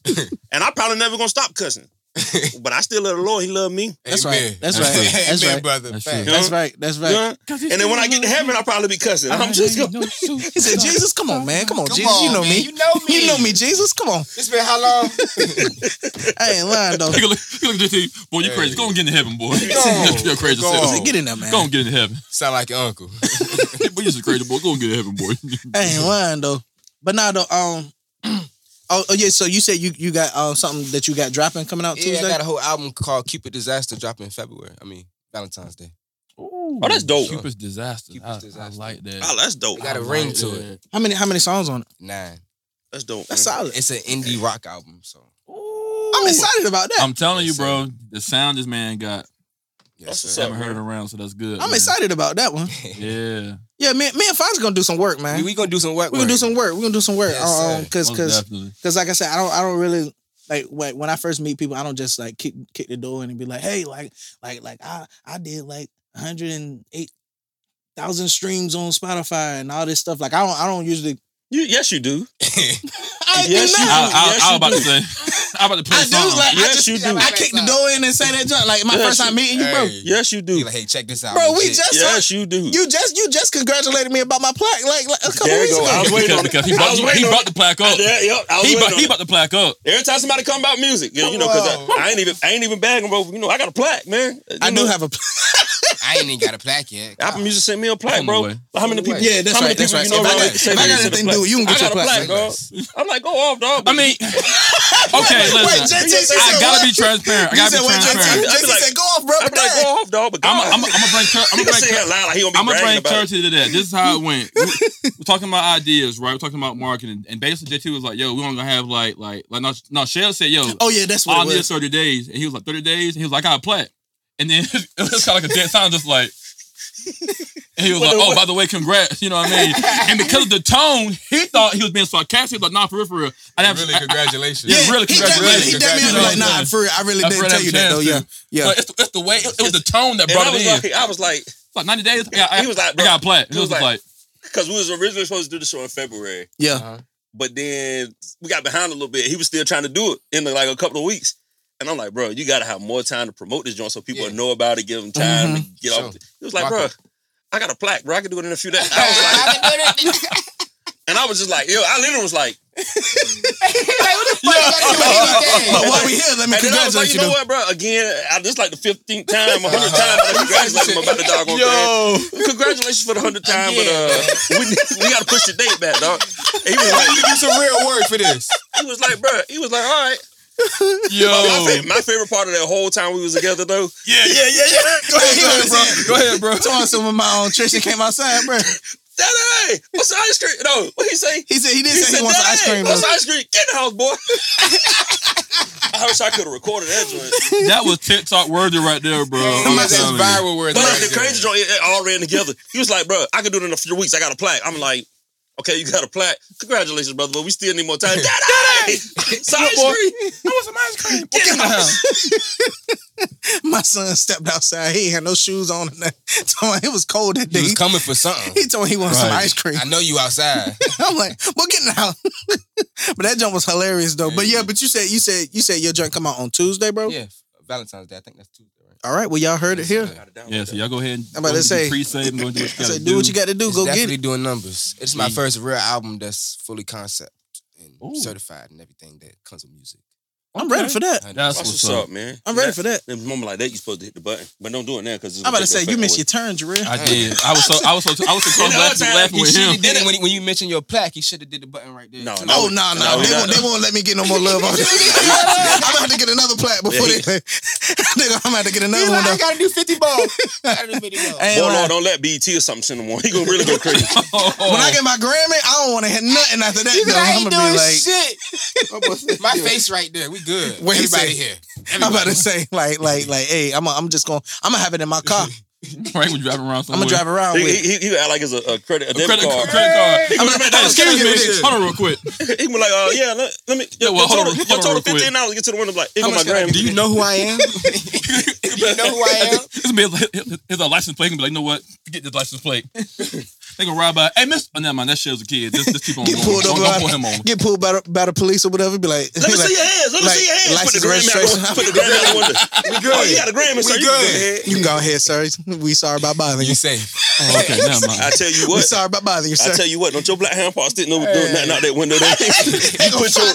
S3: and I probably never gonna stop cussing. But I still love the Lord. He love me.
S1: That's
S4: Amen.
S1: right. That's
S2: That's
S1: right.
S4: Amen,
S1: That's right.
S4: brother.
S2: That's
S4: Facts.
S2: true.
S1: That's right. That's
S3: You
S1: right.
S3: know? And then when I get to heaven, I'll probably be cussing. I'm just gonna.
S1: He said, "Jesus, come on, man, come on,
S4: Come
S1: Jesus, you
S4: on,
S1: know
S4: man.
S1: me,
S4: You know me.
S1: you know me, Jesus, come on."
S4: It's been how long?
S1: I ain't lying though.
S2: Take a look, you look at this team. Boy, you
S4: Hey.
S2: crazy. Go and get into heaven, boy.
S4: No.
S2: You're crazy.
S4: Go
S2: self.
S4: on.
S1: Get in there, man.
S2: Oh, Go and get into heaven.
S4: Sound like your uncle.
S2: but you're just crazy, boy. Go and get into heaven, boy.
S1: I ain't lying though. But now though, um, oh, oh yeah. So you said you you got uh, something that you got dropping coming out
S4: yeah, I
S1: Tuesday.
S4: got a whole album called Cupid Disaster dropping in February. I mean Valentine's Day.
S2: oh,
S3: that's dope.
S2: Cupid's disaster.
S4: Cupid's
S2: I,
S4: disaster.
S2: I like that.
S3: Oh, that's dope.
S4: It got a
S2: I
S4: ring
S2: like
S4: to
S2: that.
S1: how many how many songs on it?
S4: Nine.
S3: That's dope.
S1: That's
S3: man.
S1: solid.
S4: Mm-hmm. It's an indie rock album, so
S1: I'm excited about that.
S2: I'm telling you,
S4: Yes,
S2: bro. The sound this man got,
S4: yes,
S3: That's what's
S4: sir.
S2: I
S3: up.
S2: haven't heard it around, so that's good.
S1: I'm,
S2: man.
S1: excited about that one.
S2: Yeah,
S1: Yeah, me, me and Fonz gonna do some work, man.
S4: We,
S1: We,
S4: we gonna do some work.
S1: gonna do
S4: work.
S1: some work. We gonna do some work.
S4: Yes,
S1: um,
S4: sir.
S1: cause
S2: most
S1: cause
S2: definitely.
S1: cause like I said, I don't I don't really like when when I first meet people, I don't just like kick kick the door in and be like, hey, like like like I I did like 108 thousand streams on Spotify and all this stuff. Like I don't I don't usually.
S3: You, yes, you do.
S1: I do
S3: Yes, you
S1: not.
S3: do. Yes,
S2: I, I, I was
S3: you
S2: about to
S3: do.
S2: say, I was about to
S1: I
S2: put a
S1: do.
S2: song.
S1: Like I
S3: Yes,
S1: just,
S3: you do.
S1: I kick the door in and say that junk. Like my
S3: Yes,
S1: first
S3: you-
S1: time meeting you, bro.
S4: Hey.
S3: Yes, you do.
S4: Be like, hey, check this out.
S1: Bro, we
S4: Shit.
S1: just uh,
S3: Yes, you do.
S1: you just you just congratulated me about my plaque like, like a couple
S3: There you
S1: weeks
S3: go. I
S1: ago.
S3: was waiting on it.
S2: because he
S3: I
S2: brought,
S3: was
S2: he,
S3: waiting
S2: he
S3: on
S2: brought the plaque up.
S3: Yeah, yep. I was
S2: He
S3: waiting
S2: brought,
S3: on
S2: he
S3: it.
S2: brought the plaque up.
S3: Every time somebody come about music, yeah, you know, because I, I ain't even, I ain't even bagging, bro. You know, I got a plaque, man. You
S1: I
S3: know,
S1: do have a
S4: I ain't even got a plaque yet.
S3: Apple Music sent me a plaque,
S2: Come
S3: bro.
S2: on, boy.
S3: How many people?
S1: Yeah, that's
S3: how many
S1: right, that's
S3: people You know around
S1: right. If I got-
S3: here say
S1: if I
S3: they
S1: got
S3: sent a
S1: anything to do with you, you can
S3: I
S1: get
S3: got
S1: your
S3: a
S1: plaque.
S3: plaque, dog. I'm like, go off, dog.
S2: I mean, okay,
S1: wait,
S2: listen.
S1: JT said
S2: I gotta
S1: what?
S2: be transparent. I
S1: You
S2: gotta
S1: said
S2: be
S1: wait, JT,
S2: transparent.
S3: I'd be
S1: JT
S3: like-
S1: said go off, bro.
S3: I'm
S1: But
S3: like, go off, dog. But
S2: I'm
S3: God,
S2: gonna bring church. I'm
S3: he gonna
S2: gonna bring
S3: say
S2: church.
S3: that loud like he don't be
S2: I'm gonna
S3: bragging
S2: bring
S3: about.
S2: church
S3: it.
S2: into that. This is how it went. We, we're talking about ideas, right? We're talking about marketing, and basically JT was like, "Yo, we only gonna have like, like, like." No, no Shell said, "Yo,
S1: oh yeah, that's
S2: all
S1: what it
S2: this
S1: was.
S2: thirty days," and he was like, 30 days," and he was like, "I got a plat," and then it was kind of like a dead sound, just like. And he was like, "Oh, by the way, congrats." You know what I mean? And because of the tone, he thought he was being sarcastic. He was like, "Nah, for real, for real, I didn't
S4: really,
S2: I- I-
S4: congratulations.
S2: Yeah, really,
S1: he damn near- he damn near
S4: congratulations.
S1: was like, nah,
S2: Yeah.
S1: for real, I really
S2: I
S1: didn't
S2: really
S1: tell you that
S2: have
S1: though. Yeah,
S2: chance
S1: yeah.
S2: But it's, the- it's the way it, it was the tone that
S3: And
S2: brought
S3: I
S2: it
S3: was
S2: in.
S3: like, I was like,
S2: It's like 90 days. I got, I,
S3: He was like,
S2: I
S3: bro.
S2: got a plat. It
S3: He was
S2: was just
S3: like-
S2: like,
S3: because we was originally supposed to do the show in February,
S1: Yeah.
S3: but then we got behind a little bit. He was still trying to do it in like a couple of weeks. And I'm like, bro, you gotta have more time to promote this joint so people
S4: Yeah.
S3: know about it, give them time to
S1: Mm-hmm.
S3: get
S4: Sure.
S3: off. the- He was like,
S4: Rock
S3: bro,
S4: it.
S3: I got a plaque, bro. I can do it in a few days. I was like, and I was just like, yo, I literally was like,
S1: But while we here, let me
S3: and then I was like, you
S1: congratulate you.
S3: know
S1: though.
S3: what, bro? Again, I just like the fifteenth time, a hundredth time, I congratulate him about the doggone thing. Congratulations for the hundredth time, but uh, we, we gotta push the date back, dog. And he was
S4: You
S3: like,
S4: do some real work for this.
S3: he was like, bro, he was like, all right.
S1: Oh.
S3: My,
S2: yo.
S3: fa- my favorite part of that whole time we was together though,
S2: Yeah, yeah, yeah.
S1: Go ahead,
S2: Go ahead, bro. Go ahead, bro.
S1: Torn some of my own. Trisha came outside, bro.
S3: Daddy, hey, what's the ice cream? No, what he say?
S1: He said he didn't say he wants
S3: "Daddy,
S1: ice cream.
S3: What's
S1: though.
S3: the ice cream? Get in the house, boy. I wish I could have recorded that joint.
S2: That was TikTok worthy right there, bro.
S4: How
S2: I'm
S4: much
S2: telling you.
S4: viral worth?
S3: But the crazy joint, it, it all ran together. He was like, bro, I can do it in a few weeks. I got a plaque. I'm like, okay, you got a plaque. Congratulations, brother, but we still need more time. Daddy, it's ice
S2: boy.
S3: cream.
S2: I want some ice cream.
S3: Get in the house.
S1: My son stepped outside. He ain't had no shoes on. And nothing. Told him it was cold that
S4: He
S1: day.
S4: was coming for something.
S1: He told me he wanted some
S2: Right.
S1: ice cream.
S4: I know you outside.
S1: I'm like, well, get in the house. but that jump was hilarious though. But yeah, but you said you said you said your junk come out on Tuesday, bro.
S4: yeah, Valentine's Day. I think that's Tuesday, right?
S1: All right. Well, y'all heard it here.
S2: Yeah, so y'all go ahead and
S1: I'm about to
S2: go
S1: say-
S2: pre-save and go and do what you
S1: I
S2: gotta
S1: said, do what you got to do.
S4: It's
S1: Go get
S4: definitely
S1: it.
S4: doing numbers. It's my
S2: Yeah.
S4: first real album that's fully concept and
S2: Ooh.
S4: certified and everything that comes with music.
S1: I'm ready for that.
S2: That's
S3: That's
S2: what's,
S3: what's up, man.
S1: I'm ready for that.
S3: In a moment like that, you supposed to hit the button, but don't do it now because
S1: I'm about to say you missed your turn, Jarrell.
S2: I did. I was so I was so I was so
S3: You
S2: close
S3: know,
S2: laughing,
S3: I-
S2: laughing
S4: You
S2: with
S4: should
S2: him.
S4: have did it when, you- when you mentioned your plaque. You should have did the button right there.
S3: No,
S4: too.
S3: no.
S1: Oh no, no,
S3: No,
S1: they
S3: no,
S1: won't.
S3: no.
S1: They won't let me get no more love. on this. I'm gonna have to get another plaque before
S3: Yeah, he-
S1: they. Nigga, I'm gonna have to get
S4: He
S1: another
S4: like,
S1: one.
S4: I
S1: Though.
S4: gotta do fifty ball. I gotta do fifty ball.
S1: I
S3: Boy,
S1: ain't lying.
S3: Lord, don't let BT or something send him one. He gonna really go crazy.
S1: When I get my Grammy, I don't want to hit nothing after that.
S4: He
S1: Though.
S4: said,
S1: I'm
S4: I ain't
S1: gonna be
S4: doing
S1: like,
S4: shit. My face right there. We good.
S1: Wait a
S4: Everybody
S1: second.
S4: here.
S1: I'm about
S4: Everybody.
S1: to say, like, like, like, hey, I'm, a, I'm just gonna, I'm gonna have it in my car.
S2: Frank was driving around
S1: I'm
S2: somewhere.
S1: gonna drive around
S3: he,
S1: with. it.
S3: he, he act like it's a, a credit, a
S2: a
S3: debit
S2: credit
S3: card.
S2: card. Credit
S1: I'm
S2: card.
S1: gonna-
S2: Hey,
S1: Can I get
S2: excuse
S1: this?
S2: me. Hold on real quick.
S3: He gonna be like, oh yeah, let, let me. Your,
S2: Yeah, well, hold
S3: total,
S2: on-
S3: your
S2: hold on
S3: total
S2: real quick.
S3: fifteen dollars. Get to the window. Like, here go my
S4: How much can I-
S3: Grammy.
S4: Do you know who I am? Do you know who I am?
S2: It's be his, his license plate. He Gonna be like, you know what? Forget this license plate. they gonna ride by. Hey, Miss. Oh, never mind. That shit's a kid. Just, just keep on
S1: Get
S2: going.
S1: pulled
S2: Don't,
S1: up by,
S2: don't pull him on.
S1: get pulled by the, by the police or whatever. Be like,
S3: Let me
S1: be like,
S3: see your hands. Let me
S1: like,
S3: see your hands. Put the
S1: license
S3: Grammy out.
S1: registration.
S3: Put the Grammy out the window.
S4: We
S3: Oh, you got a Grammy, sir.
S4: We
S3: You can go
S4: good.
S3: ahead.
S1: You can go ahead, sir. We sorry about bothering you.
S4: You safe.
S2: Oh, okay, never mind.
S3: I tell you
S1: We
S3: what.
S1: sorry about bothering you,
S3: I
S1: sir.
S3: tell you what, don't your black hand parts sitting over doing nothing out that window there. you, put your,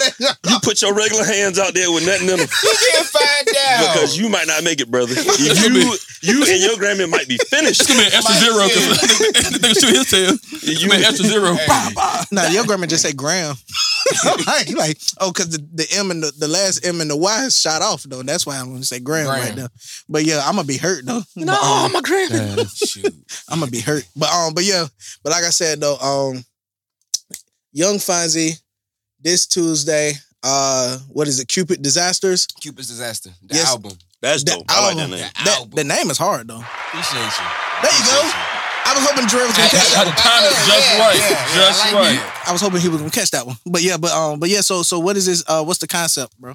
S3: you put your regular hands out there with nothing in them
S4: You can't find out.
S3: because you might not make it, brother. You, you and your Grammy might be finished.
S2: It's gonna be an extra
S4: My
S2: zero
S4: shit.
S2: because they shoot his tail. You an extra zero. Bah, bah.
S1: Nah, your grandma just said gram. like, like, oh, because the, the M and the, the last M and the Y is shot off though. That's why I'm gonna say gram,
S4: Gram.
S1: right there. But yeah, I'm gonna be hurt though. No,
S3: my Grammy.
S4: Shoot.
S1: I'm gonna be hurt. But um, but yeah, but like I said though, um, Young Fonzie, this Tuesday, uh, what is it? Cupid Disasters.
S4: Cupid's disaster. The
S1: Yes.
S4: album.
S3: That's
S1: The
S3: dope. I like that name.
S1: album.
S4: The
S1: That,
S4: album.
S1: the name is hard though.
S4: Appreciate you.
S1: There you go. I was hoping Dre was gonna catch that.
S2: At the time is just
S4: Yeah,
S2: right.
S4: yeah, yeah,
S2: just
S4: I like
S2: right.
S4: that.
S1: I was hoping he was gonna catch that one. But yeah, but um, but yeah. So so what is this? Uh, what's the concept, bro?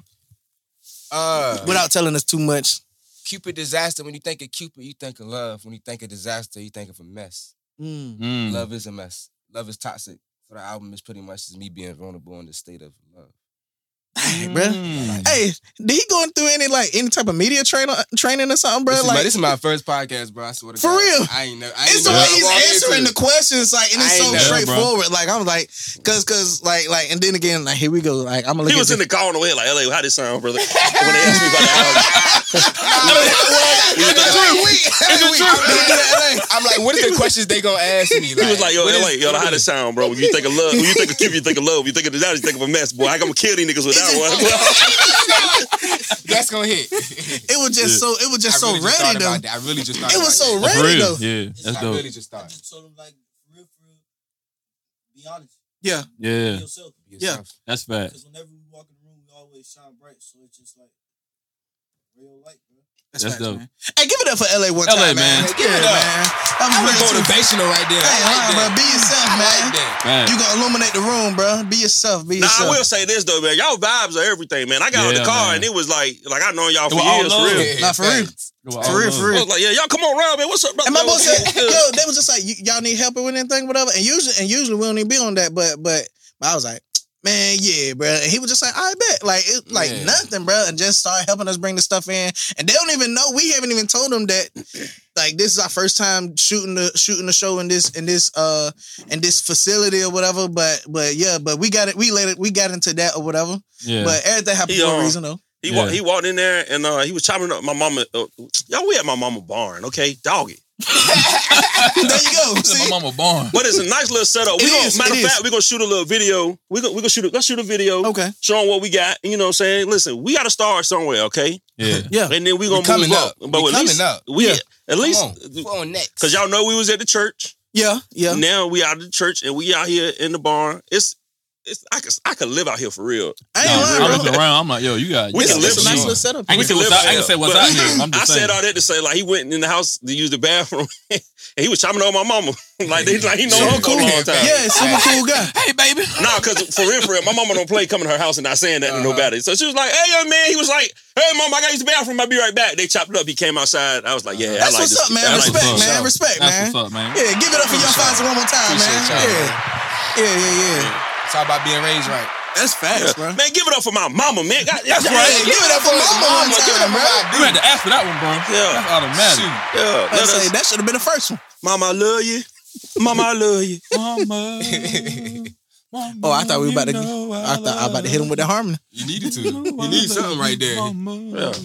S4: Uh,
S1: Without telling us too much.
S4: Cupid disaster. When you think of Cupid, you think of love. When you think of disaster, you think of a mess.
S1: Mm.
S2: Mm.
S4: Love is a mess. Love is toxic. So the album is pretty much just me being vulnerable in the state of love.
S1: Dang, bruh.
S2: Mm.
S1: Hey, did he going through any like any type of media trainer uh, training or something, bro?
S4: this, is my,
S1: Like
S4: this is my first podcast, bro. I swear to
S1: For
S4: God.
S1: real?
S4: I ain't never. I ain't
S1: it's the
S4: never
S1: way he's
S4: walked into
S1: answering
S4: it.
S1: the questions, like, and it's so
S4: I ain't know,
S2: bro.
S1: straightforward. Like, I'm like, cause, cause, like, like, and then again, like, here we go. Like, I'm gonna
S3: He
S1: look at
S3: was in the
S1: this-
S3: car on the way like, LA, how this sound, brother? when they asked me about the album.
S1: Every week, every week, I'm gonna do that, like,
S4: I'm like, what is the questions they gonna ask me?
S3: He was like, yo,
S4: what is-
S3: LA, yo, how this sound, bro? When you think of love, when you think of Cuba, you think of love. When you think of disaster, you think of a mess, boy. I'm gonna kill these niggas with that one.
S4: That's gonna hit.
S1: It was just so, it was just
S4: I
S1: so
S4: really just thought
S1: ready
S4: about
S1: though.
S4: that. I really just thought
S1: It
S4: about
S1: was so
S4: that.
S2: That's
S1: ready
S2: real.
S1: though.
S2: Yeah, that's
S4: I
S2: dope.
S4: really just thought.
S6: just told him like for real, for real. Be honest.
S1: Yeah,
S6: Be
S2: Yeah,
S6: yourself.
S1: Yeah.
S2: that's fact.
S6: Because whenever we walk in the room, we always shine bright. So it's just like real light, bro.
S1: that's,
S2: That's
S1: facts,
S2: dope.
S1: man. Hey, give it up for LA one
S2: LA,
S1: time,
S2: man.
S1: man. Yeah, man. That
S4: That was
S1: was real. too.
S4: motivational right there.
S1: Hey,
S4: I like
S1: huh, bro,
S4: that.
S1: be yourself,
S4: I
S1: man.
S4: like that.
S2: Fact.
S1: You gonna illuminate the room, bro. Be yourself. Be
S3: Nah, I
S1: yourself.
S3: will say this though, man. Y'all vibes are everything, man. I got out
S2: Yeah,
S3: the car
S2: man.
S3: and it was like, like I known y'all
S2: It
S3: for
S2: was all
S3: years, for
S2: love.
S3: real.
S4: Yeah,
S1: Nah, for real.
S4: thanks.
S2: Yo, I
S1: For real, for
S2: love it.
S3: I
S1: real.
S3: was like, yeah, y'all come on around, man. What's up, brother?
S1: And my boy
S3: What's
S1: said,
S3: good?
S1: "Yo, they was just like, y- y'all need help or anything, whatever." And usually, and usually we don't even be on that, but but, but I was like, "Man, yeah, bro." And he was just like, "I bet," like it, like
S4: Yeah.
S1: nothing, bro, and just started helping us bring the stuff in. And they don't even know we haven't even told them that. Like this is our first time shooting the shooting the show in this in this uh in this facility or whatever. But but yeah, but we got it. We let it. We got into that or whatever.
S2: Yeah.
S1: But everything happened for
S3: Yeah.
S1: a reason though.
S3: He, wa-
S2: Yeah.
S3: he walked in there and uh, he was chopping up my mama. Uh, y'all, we at my mama barn, okay? Dog it.
S1: there you go. See,
S2: my mama born.
S3: But it's a nice little setup. We
S1: It
S3: gonna,
S1: is,
S3: matter of
S1: it is. Oh.
S3: fact, we're gonna shoot a little video. We're gonna, we gonna shoot a, let's shoot a video
S1: okay,
S3: showing what we got. You know what I'm saying? Listen, we gotta start somewhere, okay?
S2: Yeah.
S1: yeah.
S3: And then we
S4: We
S3: gonna
S4: coming
S3: move
S4: up.
S3: up. But
S4: We
S3: at
S4: coming
S3: least,
S4: up.
S3: We
S1: Yeah.
S3: at
S4: Come
S3: least
S4: on. Who on next?
S3: cause y'all know we was at the church.
S1: Yeah, yeah.
S3: Now we out of the church and we out here in the barn. It's it's I could I could live out here for real.
S1: I
S2: Nah,
S1: ain't lying,
S2: I'm
S1: bro.
S2: looking around. I'm like, yo, you got.
S3: We
S2: you
S1: It's,
S3: can
S2: got
S3: live
S1: it's a
S2: this
S1: nice
S3: in
S2: shit.
S1: little setup.
S2: I
S1: for it.
S2: can say
S3: live
S2: what's out. I can
S3: there.
S2: say what's
S3: But-
S2: out here. I'm
S3: I
S2: just saying.
S3: said all that to say like he went in the house to use the bathroom and he was chopping on my mama. like they like he know her for a long time.
S1: Yeah, super cool guy.
S2: Hey, baby.
S3: Nah, cause for real, for real, my mama don't play coming to her house and not saying that to
S4: Uh-huh.
S3: nobody. So she was like, "Hey, young man," he was like, "Hey, mom, I got to use the bathroom. I'll be right back." They chopped it up. He came outside. I was like, "Yeah,
S1: That's
S3: I like
S1: what's
S3: this.
S1: up, man.
S3: I like
S1: respect,
S2: this.
S1: man.
S4: Shout.
S1: Respect, man.
S2: That's what's up, man.
S1: Yeah, give it up for your
S4: Appreciate
S1: Fonzie one more time, man.
S4: Appreciate y'all,
S1: Yeah. yeah, yeah, yeah.
S4: It's all about being raised right.
S1: That's facts, bro.
S3: this. Man, give it up for my mama, man. God, that's
S1: Hey,
S3: right.
S1: give it up for Mama one
S4: Mama, give it
S1: time,
S4: up
S1: bro.
S4: for my
S2: You had to ask for that one, bro.
S3: Yeah.
S2: That's automatic.
S4: Shoot.
S3: Yeah,
S1: I
S3: let
S1: say
S3: us-
S1: that should have been the first one.
S3: Mama, I love you. Mama, I love you.
S2: Mama.
S1: Oh, I thought we about to- I thought I was about to hit him with the harmony.
S4: You needed to. You need something right there.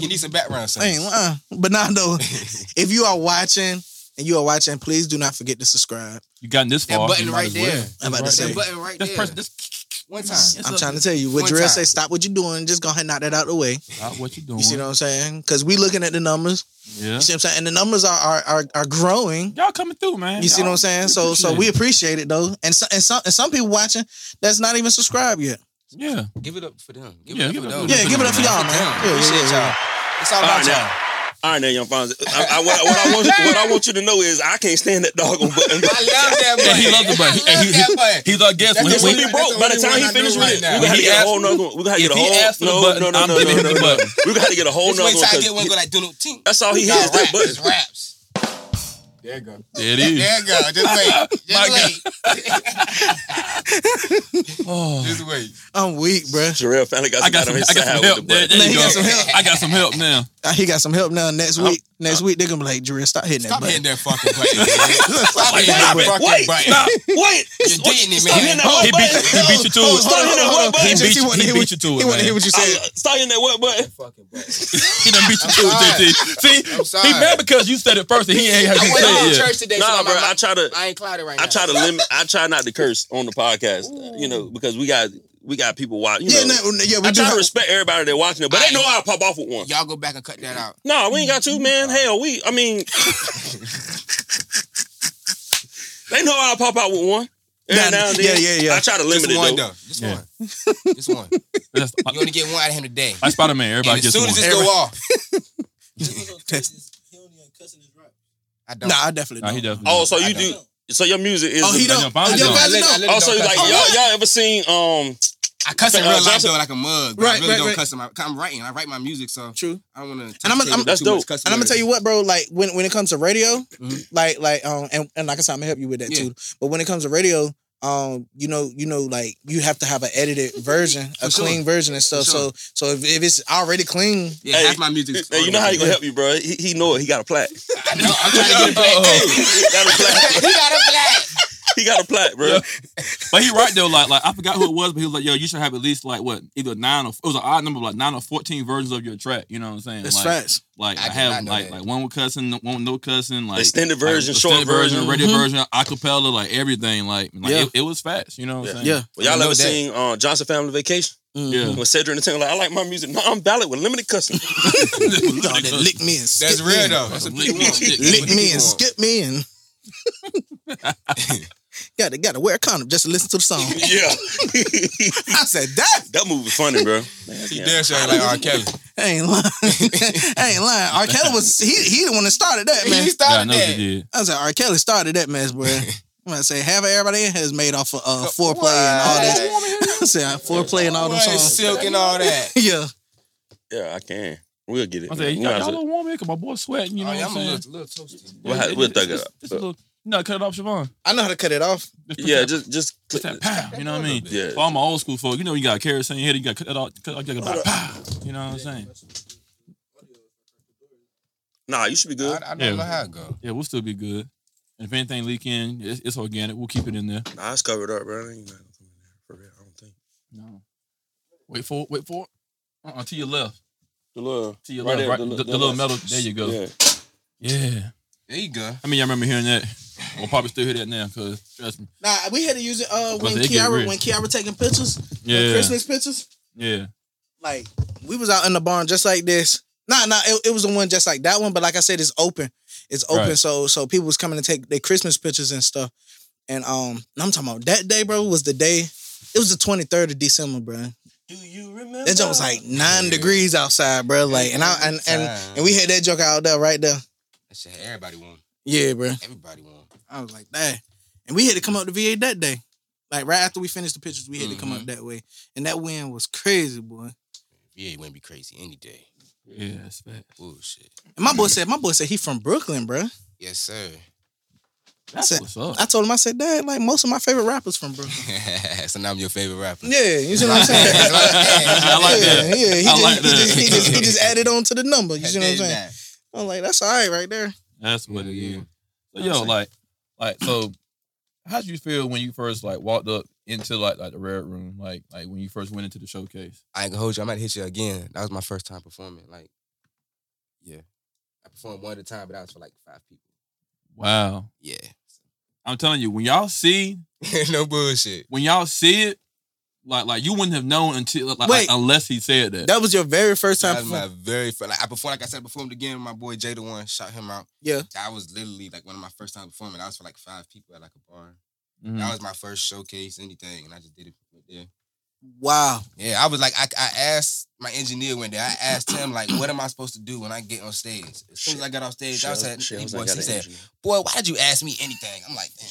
S4: You need some background
S1: I ain't
S4: sound.
S1: lying. But nah, though, if you are watching and you are watching, please do not forget to subscribe.
S2: You gotten this
S4: That
S2: far.
S4: button
S2: you might
S4: right
S2: as well.
S4: there.
S1: I'm about to
S4: That
S1: say.
S4: button right
S2: This
S4: there.
S2: person, this
S4: One time.
S1: I'm
S2: It's
S1: trying
S2: a-
S1: to tell you what
S4: one
S1: Drill
S4: time.
S1: say. Stop what you're doing. Just go ahead and knock that out the way.
S2: not what you doing.
S1: You see what I'm saying? Because we looking at the numbers.
S2: yeah.
S1: You see what I'm saying? And the numbers are are are, are growing.
S2: Y'all coming through, man.
S1: You see what I'm
S2: Y'all-
S1: saying? So so we appreciate it though. And so, and some and some people watching that's not even subscribed yet.
S2: Yeah.
S4: Give it up for them. Give
S2: Yeah,
S4: it up
S2: give
S4: for
S2: it
S4: them.
S2: up
S1: Yeah, give it up for y'all, man. Yeah, yeah,
S4: Appreciate
S1: yeah, yeah.
S4: y'all. It's all
S3: All right,
S4: about y'all.
S3: now. All right, now, young Fonz. I, I, what, what I want, what I want you to know is I can't stand that dog on button.
S4: I love that button.
S2: And he loves the button. And
S4: I love
S2: he,
S4: that button.
S2: he, he's our guest.
S4: That's
S2: When he,
S4: the
S3: That's what we
S2: when he,
S4: way we-
S3: broke. By the
S4: that's the
S3: time he
S4: only one I
S3: finished
S4: do
S3: with
S4: right
S3: it,
S4: now.
S3: we gotta get
S2: If he
S3: a
S2: asked-
S3: whole nother one. We gotta
S2: if
S3: get a
S2: he
S3: whole
S2: asked for the
S3: no,
S2: button,
S3: no, no,
S2: I'm
S3: no, no,
S2: giving him
S3: no,
S2: the
S3: no.
S2: button.
S3: We gotta get a whole
S4: This
S3: nother
S4: way
S3: one.
S4: Ty did
S3: 'cause
S4: wasn't go like do no team.
S3: That's all he
S4: He got
S3: has. That
S4: raps.
S3: button.
S4: It's raps. There you go.
S2: there it is.
S4: There you go. Just wait.
S2: My
S4: Just wait.
S2: Oh.
S4: Just wait.
S1: I'm weak, bruh.
S3: Jarrell finally got
S2: I got
S3: somebody
S2: some.
S3: on
S2: I
S3: his side with
S2: got some
S3: the
S2: help. There,
S3: button.
S2: there you
S1: He
S2: go.
S1: got some help.
S2: I got some help now.
S1: Uh, He got some help now. Next week, next week they're gonna be like, Drill, stop hitting that
S4: Stop hitting
S1: button.
S4: that fucking button. man. Stop hitting
S3: Stop
S4: that
S3: it.
S4: fucking
S3: Wait.
S4: button.
S2: Stop.
S3: Wait,
S4: You're dating it,
S3: Stop hitting
S4: man.
S3: that
S1: Oh,
S3: one
S2: He beat you. He
S3: button.
S2: beat you to it.
S3: Stop hitting that one
S2: He
S3: button.
S2: beat you.
S1: wanna
S2: He
S1: hear
S2: beat
S1: what-
S2: you to
S1: He
S2: it,
S1: want to hear
S2: man.
S1: what you said.
S3: I- uh, Stop hitting that what button.
S4: Fucking button.
S2: He done beat you to
S4: I'm
S2: it, JT. See,
S4: sorry.
S2: he mad because you said it first and he ain't had
S4: I
S2: to
S4: went
S2: say
S4: to
S2: it yet.
S4: church today.
S3: Nah,
S4: so my,
S3: bro.
S4: my,
S3: I try to.
S4: I ain't clouded right now.
S3: I try to limit. I try not to curse on the podcast. uh, You know, because we got we got people watching.
S1: Yeah,
S3: You know.
S1: no, yeah, we
S3: I
S1: do.
S3: try to
S1: have-
S3: respect everybody that watching it, but they know I'll pop off with one.
S4: Y'all go back and cut that out.
S3: No, we ain't got to, man. Hell, we. I mean, they know I'll pop out with one. Every
S1: Nah,
S3: now and then.
S1: yeah, yeah, yeah.
S3: I try to limit
S4: Just
S3: it
S4: one
S3: though.
S4: though. Just
S2: Yeah.
S4: one. Just one. You
S2: That's
S4: only get one out of him today.
S2: like Spider Man. Everybody
S4: And
S2: gets
S4: as soon
S2: one.
S4: as this go off,
S6: Just what's on Twitter is he don't even cussing his rap.
S4: I don't.
S1: Nah, I definitely
S2: Nah, he
S1: don't.
S2: definitely.
S3: Oh, so
S4: I
S3: you
S4: don't.
S3: do? So your music is?
S1: Oh, he
S2: Daniel
S1: don't.
S2: Fonz
S1: Oh,
S2: don't.
S1: Your guys
S4: I
S1: know.
S4: literally
S3: Also,
S4: don't
S3: like
S4: cuss.
S1: Oh,
S3: y'all,
S1: what?
S3: y'all ever seen? Um,
S4: I cuss in
S3: Uh,
S4: real life
S3: Johnson-
S4: though, like a mug. But
S1: Right,
S4: I really
S1: right,
S4: don't
S1: right.
S4: cuss in my. I'm writing. I write my music, so
S1: True.
S4: I don't want to.
S1: I'm- I'm-
S3: That's dope.
S1: And I'm gonna tell you what, bro. Like when when it comes to radio,
S4: Mhm.
S1: like like um, and, and like I said, I'm gonna help you with that
S4: Yeah.
S1: too. But when it comes to radio, um, you know, you know, like you have to have an edited version, a
S4: For sure.
S1: clean version and stuff.
S4: sure.
S1: So so if, if it's already clean,
S4: Yeah,
S3: Hey,
S4: half my music.
S3: hey, you know how he gonna help you, bro? He, he know it. He got a plaque.
S4: I know. I'm trying to get a black.
S1: Oh.
S2: Uh-oh.
S3: he got a
S4: he
S3: plaque.
S4: got a black.
S3: He got a plaque, bro.
S2: Yeah. But he right though, like like I forgot who it was, but he was like, "Yo, you should have at least like what either nine or it was an odd number, like nine or fourteen versions of your track." You know what I'm saying?
S1: it's
S2: like,
S1: facts.
S2: Like I,
S4: I did
S2: have
S4: not know
S2: like
S4: that.
S2: like one with cussing, one with no cussing, like
S3: Extended version,
S2: like,
S3: short
S2: extended version,
S3: version.
S2: radio
S1: Mhm.
S2: version, acapella, like everything. Like, like
S1: Yeah.
S2: it, it was fast. You know Mm. what I'm saying?
S1: Yeah.
S3: Well, y'all
S4: No
S3: ever
S4: doubt.
S3: seen uh, Johnson Family Vacation?
S1: Mm.
S2: Yeah.
S3: When Cedric and the Tangle, like, I like my music. No, I'm valid with limited cussing.
S1: Dog, that lick me and skip
S4: That's
S1: me.
S4: real though. That's a big one.
S1: Lick me and
S4: That's a big
S1: skip me and. Got to got to wear a condom just to listen to the song.
S3: yeah,
S1: I said that
S3: that movie funny, bro.
S4: one. He
S3: Yeah.
S4: damn sure ain't like R. Kelly.
S1: I ain't lying. I ain't lying. R. Kelly was he he the one that started that man.
S4: He
S2: Yeah, I
S4: started
S2: know what you
S4: that.
S2: did.
S1: I was like, R. Kelly started that mess, bro. I'm gonna say half of everybody in here is made off of uh, foreplay and all that. I said foreplay and all them
S4: Boy,
S1: songs.
S4: silk and all that.
S1: Yeah,
S3: Yeah, I can. We'll get it.
S2: I
S3: man.
S2: said,
S3: We
S2: "Y'all
S3: might as
S2: y'all
S3: well-
S2: don't warm here because my boy's sweating." You know
S4: Oh, yeah,
S2: what I'm
S4: I'm a
S2: saying?
S4: little, little toasty.
S3: We'll have- we'll thug it
S2: it's-
S3: up.
S2: it's a little- No, cut it off, Siobhan.
S1: I know how to cut it off.
S2: Just put
S3: Yeah,
S2: that-
S3: just just
S2: Put that pow, you know what I mean?
S3: Yeah.
S2: For all my old school folk, you know you got carrots in here, you got cut that off, cut off, you got to pow. You know what I'm saying?
S3: Nah, you should be good.
S4: I, I don't
S2: Yeah.
S4: know how it go.
S2: Yeah, we'll still be good. And if anything leak in, it's, it's organic. We'll keep it in there.
S3: Nah, it's covered up, bro. It ain't nothing coming in there, For real, I don't think.
S2: No. Wait for it. Wait for it. Uh-uh, to your left.
S3: The little,
S2: To your left. right, the, the little metal. There you go. Yeah.
S3: Yeah.
S4: There you go.
S2: I mean, y'all remember hearing that. We'll probably still hear that now because, trust me.
S1: Nah, we had to use it uh, when
S2: they get
S1: Kiara
S2: rich.
S1: when Kiara taking pictures, the
S2: Yeah.
S1: Christmas pictures.
S2: Yeah.
S1: Like we was out in the barn just like this. Nah, nah, it, it was the one just like that one. But like I said, it's open. It's open.
S2: Right.
S1: So so people was coming to take their Christmas pictures and stuff. And um, I'm talking about that day, bro. Was the day. It was the 23rd of December, bro.
S3: Do you remember?
S1: That joke was like nine degrees outside, bro. Like, and I and, and and we had that joke out there right there.
S4: That shit everybody won.
S1: Yeah, bro.
S4: Everybody won.
S1: I was like, that. And we had to come up to VA that day. Like right after we finished the pictures, we had to come up
S4: Mhm.
S1: that way. And that win was crazy, boy.
S4: VA wouldn't be crazy any day.
S2: Yeah, that's bad.
S4: Bullshit.
S1: And my boy said, my boy said he from Brooklyn, bro.
S4: Yes, sir.
S2: That's
S1: said-
S2: what's up.
S1: I told him, I said, Dad, like most of my favorite rappers from Brooklyn.
S4: so now I'm your favorite rapper.
S1: Yeah, you see what I'm saying?
S2: I like
S1: yeah,
S2: that.
S1: yeah. He,
S2: I
S1: just,
S2: like
S1: he,
S2: that.
S1: just, he, just, he just added on to the number. You see what I'm
S4: Did
S1: saying?
S4: that.
S1: I'm like, that's all right right there.
S2: That's what it
S4: Yeah,
S2: is.
S4: yeah.
S2: So, yo, like, like, so, how did you feel when you first like walked up into like like the red room, like like when you first went into the showcase?
S4: I ain't gonna hold you. I might hit you again. That was my first time performing. Like, yeah, I performed one at a time, but that was for like five people.
S2: Wow.
S4: Yeah,
S2: I'm telling you, when y'all see
S4: no bullshit.
S2: when y'all see it, like like you wouldn't have known until like, like,
S1: Wait.
S2: unless he said that.
S1: That was your very first time.
S4: That was my
S1: performing.
S4: very first. Like I performed, like I said, I performed again. with My boy Jay the one shot him out.
S1: Yeah.
S4: That was literally like one of my first time performing. That was for like five people at like a bar.
S2: Mhm.
S4: That was my first showcase, anything, and I just did it right there.
S1: Wow.
S4: Yeah, I was like, I, I asked my engineer one day. I asked him like, what am I supposed to do when I get on stage? As soon as I got off stage, I was at
S3: Shit, I
S4: he
S3: was like, got
S4: voice, he
S3: an
S4: said,
S3: engineer.
S4: "Boy, why did you ask me anything?" I'm like, damn.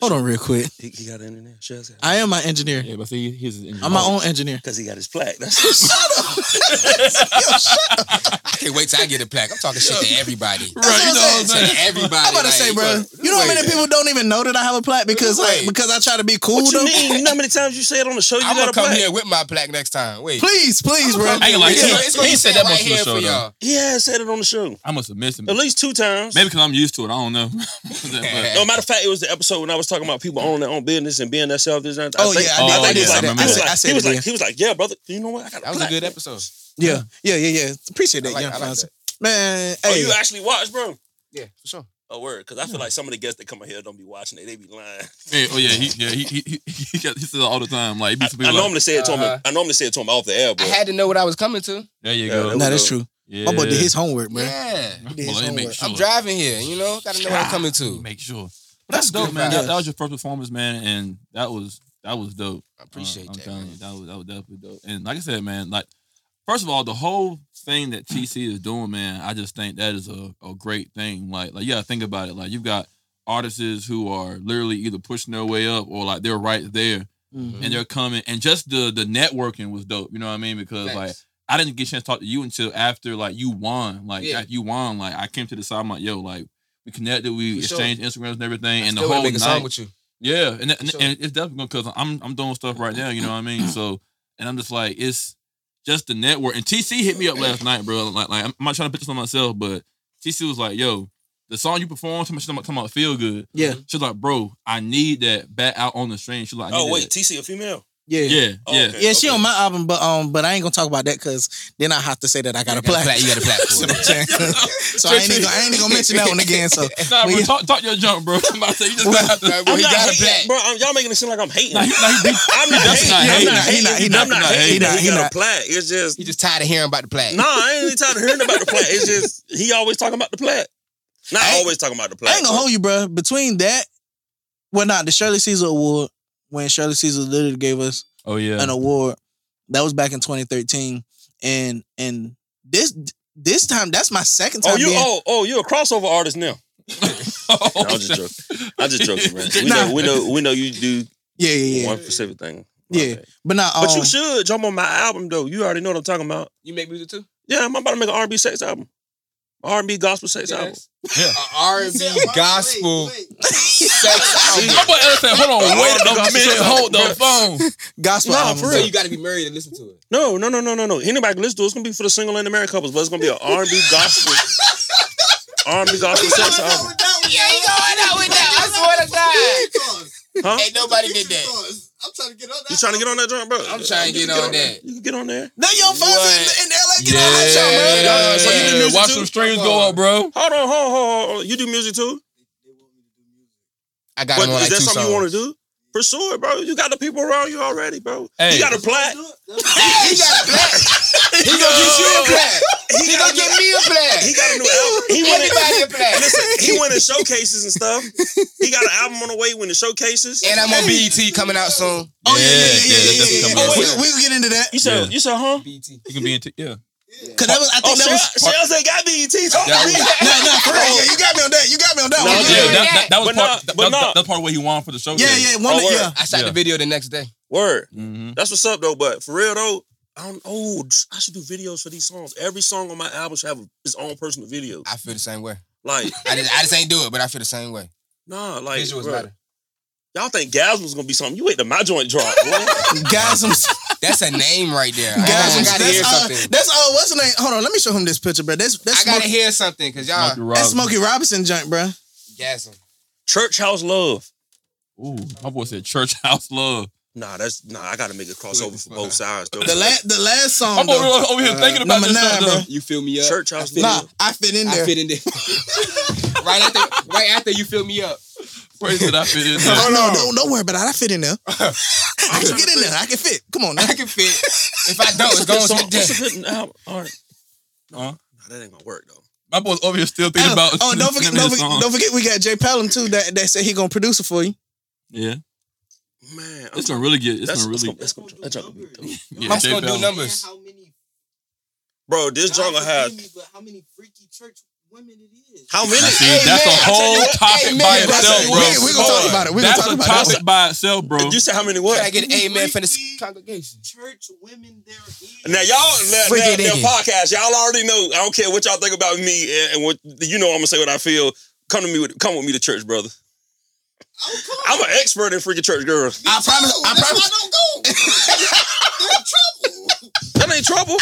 S1: Hold on, real quick.
S3: He, he got an engineer. Shit, got an
S1: I am my engineer.
S2: Yeah, but see, he's an engineer.
S1: I'm my own engineer.
S3: Because he got his plaque.
S1: Shut
S3: That's
S1: up. Yo, shut up.
S4: I can't wait till I get a plaque. I'm talking shit to everybody.
S2: Right, you know what I'm
S1: That's what
S2: saying?
S4: To everybody.
S1: I'm about to
S4: like,
S1: say, bro. You know how
S4: wait.
S1: many people don't even know that I have a plaque because like
S4: Wait.
S1: because I try to be cool
S3: what
S1: though.
S3: you mean? You know how many times you say it on the show you
S4: I'm
S3: got a
S4: gonna come
S3: plaque?
S4: here with my plaque next time. Wait.
S1: Please, please, bro.
S2: I ain't like
S1: Yeah.
S2: he-
S4: it's gonna
S2: he
S4: be
S2: said
S4: said
S2: that
S4: right
S2: most of the
S4: here
S2: show,
S4: for
S2: though.
S4: y'all.
S3: Yeah, I said it on the show.
S2: I must have missed him.
S3: At
S2: Maybe
S3: least two times.
S2: because I'm used to it. I don't know. But-
S3: No matter of fact, it was the episode when I was talking about people owning their own business and being themselves. This and that. I
S1: Oh,
S3: think-
S1: yeah,
S2: I did- I
S3: think he was like-
S2: did say that.
S3: he was
S2: I
S3: like-
S1: said
S3: He was
S1: it, yeah.
S3: like, he was like, yeah, brother. You know what? I got a
S4: That was a
S3: plaque.
S4: good episode.
S1: Yeah, yeah, yeah, yeah. Appreciate
S4: I
S1: that,
S4: like-
S1: young
S4: I like
S1: Fonzie.
S4: that.
S1: Man,
S3: Oh,
S1: hey,
S3: you actually watched, bro?
S4: Yeah, for sure.
S3: Oh, word. Because I feel like some of the guests that come in here don't be watching it. They be lying.
S2: Yeah, oh yeah, he yeah he he he, he, got- he says it all the time. Like, it be some
S3: I
S2: people like,
S3: normally say it to
S4: Uh-huh.
S3: him. I normally say it to him off the air,
S4: I
S3: bro.
S4: had to know what I was coming to.
S2: there you
S3: Yeah,
S2: go.
S3: that was-
S1: no, that's true.
S2: yeah.
S1: My boy did his homework, man.
S4: Yeah.
S2: Well,
S1: did his
S2: let me make
S1: homework.
S2: sure.
S4: I'm driving here, you know? Gotta know what I'm coming to.
S2: Make sure. That's
S4: That's
S2: dope,
S4: good
S2: man. That,
S4: vibes.
S2: that was your first performance, man, and that was that was dope.
S4: I appreciate
S2: Uh, I'm
S4: that.
S2: telling
S4: man.
S2: you, that was that was definitely dope. And like I said, man, like first of all, the whole thing that TC is doing, man, I just think that is a, a great thing. Like like yeah, think about it. Like you've got artists who are literally either pushing their way up or like they're right there
S1: Mhm.
S2: and they're coming and just the the networking was dope. You know what I mean? Because
S4: Thanks.
S2: like I didn't get a chance to talk to you until after like you won. Like
S4: Yeah.
S2: after you won, like I came to the side. I'm like, yo, like we connected, we
S4: For sure.
S2: exchanged Instagrams and everything, and the
S4: Still wanna
S2: whole
S4: make a song
S2: night.
S4: with you.
S2: yeah, and, and,
S4: sure.
S2: and it's definitely because I'm I'm doing stuff right now. You know what I mean? So and I'm just like it's just the network. And TC hit me up last night, bro. Like like I'm not trying to put this on myself, but TC was like, yo. The song you performed, somebody talking about- talking about feel good.
S1: Yeah,
S2: She's like, bro, I need that back out on the stream. She's like, I
S3: Oh,
S2: need
S3: wait.
S2: that.
S3: TC, a female?
S1: yeah, yeah.
S2: yeah,
S3: Oh,
S2: yeah.
S3: okay.
S1: she on my album, but um, but I ain't gonna talk about that because then I have to say that I got a
S4: You
S1: plaque.
S4: You got a plaque
S1: So,
S4: for it.
S1: so I ain't even gonna, I ain't even gonna mention that one again. So
S2: Nah,
S1: Well,
S2: bro,
S1: yeah.
S2: talk, talk your jump, bro. I'm about to say, you just gotta have to.
S4: Like, well,
S3: I'm
S4: he
S3: not
S4: got a
S3: hating,
S4: plaque.
S3: bro. I'm- Y'all making it seem like I'm hating.
S2: Nah, he, nah, he, he-
S3: I'm not
S2: That's
S3: hating.
S2: not
S3: I'm
S2: hating.
S3: not
S1: He
S3: hating.
S1: not- he
S3: I'm
S1: not-
S3: not
S1: he
S3: hating.
S1: not-
S3: that
S1: he
S3: He got a
S1: not.
S3: plaque. It's just.
S4: He just tired of hearing about the plaque.
S3: Nah, I ain't even tired of hearing about the plaque. It's just he always talking about the plaque. Not
S1: I ain't-
S3: always talking about the plaque.
S1: I ain't gonna hold you, bro. Between that, well, not the Shirley Caesar Award when Shirley Caesar literally gave us
S2: oh yeah.
S1: an award. That was back in 2013, and and this this time that's my second time.
S3: Oh, you
S1: being,
S3: oh oh you a crossover artist now.
S2: Oh,
S3: Nah, I'm just
S2: joking.
S3: I'm just joking, man. We,
S1: Nah.
S3: know, we know we know you do
S1: yeah, yeah, yeah.
S3: one specific thing. My
S1: Yeah,
S3: bad.
S1: but not. Um,
S3: but you should jump on my album though. You already know what I'm talking about.
S4: You make music too?
S3: Yeah, I'm about to make an R&B sex album, R&B gospel sex album.
S4: Yeah. R and B gospel sex
S2: Oh, My
S4: album.
S2: boy Ellis said, hold on, wait
S3: Oh,
S2: a minute,
S3: God.
S2: hold the phone.
S1: gospel
S3: Nah,
S1: album.
S3: for
S4: So
S3: real.
S4: you gotta be married and listen to it.
S3: No, no, no, no, no, no. Anybody can listen to it. It's gonna be for the single and the married couples, but it's gonna be an R&B gospel, R&B gospel sex album.
S4: out with that. I swear to
S3: Huh?
S4: Ain't nobody did that.
S6: I'm trying to get on that.
S3: You trying to get on that joint, bro?
S4: I'm trying to
S3: You
S4: get
S3: can
S4: on that.
S3: You can get on there.
S1: Now your
S4: What?
S1: fans in, in LA get all that shit, bro.
S2: Yeah,
S3: So you do music
S2: watch
S3: too?
S2: some streams
S4: Come
S2: go
S4: on.
S2: up, bro.
S3: Hold on, hold on, hold on, hold on. You do music too?
S4: I got
S3: But
S4: him
S3: is
S4: on like
S3: that
S4: two
S3: something
S4: songs.
S3: you want to do? Pursue it, bro. You got the people around you already, bro.
S2: Hey.
S3: You got a plaque.
S4: Hey, he got a plaque. He gonna get you a plaque. He gonna get me a plaque.
S3: He got a new album. He went
S4: Everybody
S3: in,
S4: a plaque.
S3: listen, he went in showcases and stuff. He got an album on the way when the showcases.
S4: And I'm on BET coming out soon.
S1: Oh yeah, yeah, yeah, yeah,
S2: that's
S1: yeah. yeah,
S2: coming
S1: yeah.
S2: up.
S1: Oh,
S4: yeah.
S1: we, we can get into that
S3: you said,
S2: Yeah.
S3: you said, huh?
S4: BET.
S2: You can be in, t- yeah.
S1: because that was I
S3: Oh,
S1: think that
S3: Shell, Shell
S1: was.
S3: said got BET. Talk
S2: That
S3: to me.
S2: was-
S1: No, no, for real. Yeah, you got me on that. You got me on that
S3: No,
S1: one.
S3: yeah,
S1: oh, Yeah,
S2: Yeah, that,
S4: Oh. yeah.
S2: that, that was
S3: But
S2: part.
S3: nah,
S2: that,
S3: but
S2: that,
S3: nah.
S2: that's part of what he won for the show.
S1: yeah, yeah. One,
S3: Oh, word.
S1: yeah.
S4: I shot
S2: Yeah.
S4: the video the next day.
S3: Word.
S2: Mm-hmm.
S3: That's what's up though. But for real though, I don't. Oh, I should do videos for these songs. Every song on my album should have its own personal video.
S4: I feel the same way.
S3: Like,
S4: I just, I just ain't do it, but I feel the same way.
S3: nah, like,
S4: Visuals
S3: bro,
S4: matter.
S3: y'all think Gaz was gonna be something? You wait till my joint drop, boy.
S1: Guys, some
S4: That's a name right there. I
S1: guys, some-
S4: gotta hear
S1: that's all.
S4: something.
S1: That's all. What's the name? Hold on, let me show him this picture, bro. That's
S4: I
S1: that's
S4: gotta
S1: Smokey,
S4: hear something because y'all
S1: that's Smokey Robinson junk, bro.
S4: gasm.
S3: Church House Love.
S2: Ooh, my boy said church house love.
S3: Nah, that's nah. I gotta make a crossover for both sides. Though.
S1: The last the last
S2: My
S1: song.
S2: boy
S1: Though,
S2: over here thinking about
S1: number
S2: this.
S1: nine,
S2: stuff,
S1: bro.
S2: though.
S7: You fill me up.
S3: Church house
S7: I fit,
S1: nah,
S7: in.
S1: I fit in
S7: I
S1: there.
S7: fit in there. right after, right after you fill me up.
S2: Praise that I fit in there.
S1: No, no, don't, don't worry about it. I fit in there. I can get in there. I can fit. Come on now.
S4: I can fit. If I don't, it's
S3: What's a
S4: going
S3: good
S4: to
S3: song? What's
S4: death.
S3: a good album? All right.
S2: Huh?
S3: Nah, that ain't gonna work though.
S2: My boy's over here still thinking
S1: oh,
S2: about.
S1: oh, don't forget,
S2: naming
S1: don't
S2: his
S1: forget,
S2: song.
S1: don't forget, we got Jay Pelham too. That that said he gonna produce it for you.
S2: Yeah,
S3: Man, I'm
S2: it's gonna really get. It's
S3: that's,
S2: gonna really.
S3: that's gonna, that's gonna, that's gonna be dope.
S2: yeah,
S4: I'm
S2: Jay
S4: just going to do
S2: Pelham.
S4: numbers.
S6: How many?
S3: Bro, this
S6: God
S3: drunk gonna have
S6: forgive me, but how many freaky church women it is?
S3: how many?
S2: Now, see,
S4: Hey,
S2: that's
S4: man,
S2: a
S4: I tell
S2: whole
S4: you what,
S2: topic
S4: hey,
S2: by
S4: man,
S1: That's
S2: itself,
S1: it.
S2: bro.
S1: we we gonna talk about it. We gonna
S2: that's
S1: talk
S2: a
S1: about
S2: topic
S1: it.
S2: by itself, bro.
S3: You said how many what?
S4: Can I get an amen for this
S6: Freaky
S4: congregation?
S6: Church women there is.
S3: Now y'all, now,
S4: Freak
S3: now,
S4: it
S3: now
S4: in.
S3: podcast, y'all already know. I don't care what y'all think about me, and, and what you know, I'm gonna say what I feel. Come to me, with, come with me to church, brother.
S6: Oh, come on.
S3: I'm an expert in freaking church girls.
S4: I promise. I promise.
S3: That ain't trouble.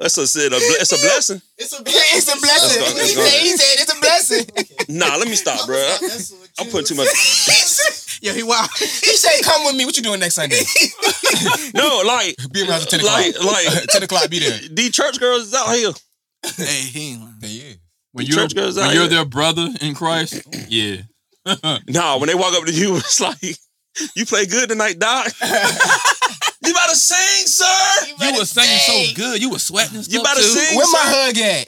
S3: That's a said. That's a blessing.
S6: It's a
S4: It's a blessing.
S3: Let's go, let's
S4: He
S3: go.
S4: said, he said it's a blessing.
S3: Nah, let me stop, bro.
S6: That's what
S3: I'm
S6: you-
S3: putting too much.
S1: Yeah, he wild.
S4: He said, come with me. What you doing next Sunday?
S3: No, like,
S4: Be around till 10
S3: like,
S4: o'clock.
S3: like,
S4: 10 o'clock, be there.
S3: these church girls is out here.
S1: hey, he ain't lying.
S4: They is.
S2: when
S3: The
S2: you're
S3: church goes
S2: when
S3: out
S2: you're
S3: here.
S2: their brother in Christ, yeah.
S3: Nah, when they walk up to you, it's like, you play good tonight, Doc. you about to sing, sir.
S2: You were singing so good. You were sweating. And stuff
S3: You about to
S2: too.
S3: sing,
S4: Where my
S3: sir.
S4: hug at?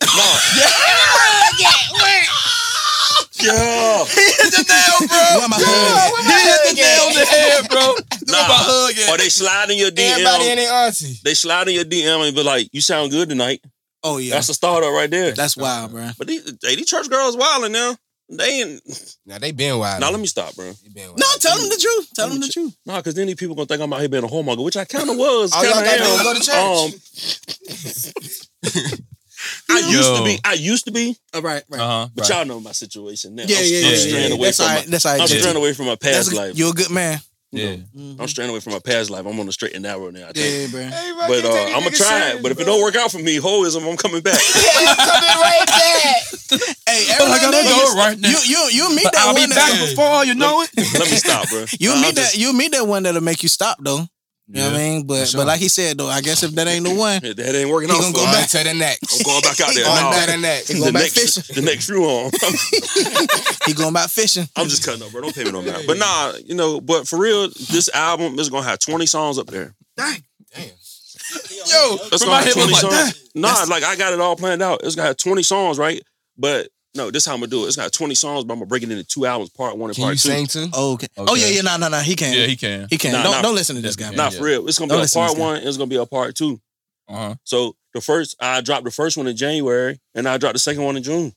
S3: Yeah.
S1: Where my hug?
S4: Where my hug
S2: on the
S4: at?
S2: head, bro.
S3: Nah. Or they slide in your DM.
S4: Everybody in their auntie.
S3: they slide in your DM and be like, "You sound good tonight."
S1: Oh yeah,
S3: That's
S1: that's,
S3: a starter right there.
S1: wild, bro.
S3: but these, hey, these church girls wilding now. They ain't.
S4: Now they been wild.
S3: Now let me stop, bro.
S4: They been wild.
S1: No, tell him the truth. Tell him the truth.
S3: Nah, because then these people gonna think I'm out here being a homemonger, which I kind of was.
S1: Oh,
S4: All
S3: kind
S4: y'all
S3: of
S4: gotta do is
S3: am.
S4: go to church.
S3: Um, I used to
S2: Yo.
S3: be. I used to be.
S1: All right, right.
S2: Uh huh.
S3: But y'all know my situation now.
S1: yeah,
S3: I'm,
S1: yeah,
S3: I'm
S1: yeah,
S3: straying
S1: yeah, yeah.
S3: away
S1: That's
S3: from
S1: all
S3: my.
S1: right. That's all right.
S3: I'm
S1: JT.
S3: straying away from my
S1: That's
S3: past
S1: a-
S3: life.
S1: You're a good man.
S2: Yeah.
S3: I'm straying away from my past life. I'm on the straight and narrow now. I tell you.
S1: Yeah, bro.
S3: But uh, I'm gonna try it. But if it don't work out for me, hoism, I'm coming back.
S1: Hey, every
S2: I
S1: now and
S2: gotta
S1: then
S2: go
S1: you,
S2: right now.
S1: you you you meet
S2: But
S1: that
S2: I'll be
S1: one
S2: back
S1: that
S2: before you know it.
S3: Let me stop, bro.
S1: you
S3: I'll
S1: meet
S3: just-
S1: that you meet that one that'll make you stop though. You know what I mean? But
S4: sure.
S1: but like he said though, I guess if that ain't the one,
S3: Yeah, That ain't working
S1: He
S3: out.
S1: gonna
S3: for
S1: go
S3: me.
S1: back.
S4: On to the next.
S3: I'm going back out there.
S1: Going
S3: No.
S1: back.
S4: To the next.
S1: he going
S3: the
S1: back
S3: next,
S1: fishing.
S3: The next shoe on.
S1: He going back fishing.
S3: I'm just cutting up, bro. Don't pay me no mind. But nah, you know, but for real, this album is gonna have 20 songs up there.
S2: Yo,
S3: That's gonna
S2: from my
S3: have
S2: head
S3: 20
S2: was like,
S3: songs.
S2: that.
S3: Nah, like I got it all planned out. It's gonna have 20 songs, right? But no, this is how I'm gonna do it. It's gonna have 20 songs, but I'm gonna break it into two albums, part one and
S4: Can
S3: part
S4: you
S3: two.
S4: sing too?
S1: Oh, okay. Oh yeah,
S2: Okay.
S1: yeah. No, no, no. He can't.
S2: yeah, he can.
S1: He can't.
S3: Nah,
S1: don't
S3: nah.
S1: don't listen to this guy.
S3: Nah,
S1: man.
S2: Yeah.
S3: for real. It's gonna
S1: Don't
S3: be a
S1: listen to
S3: part
S1: this guy.
S3: one, and it's gonna be a part two.
S2: Uh
S3: So the first I dropped the first one in January and I dropped the second one in June.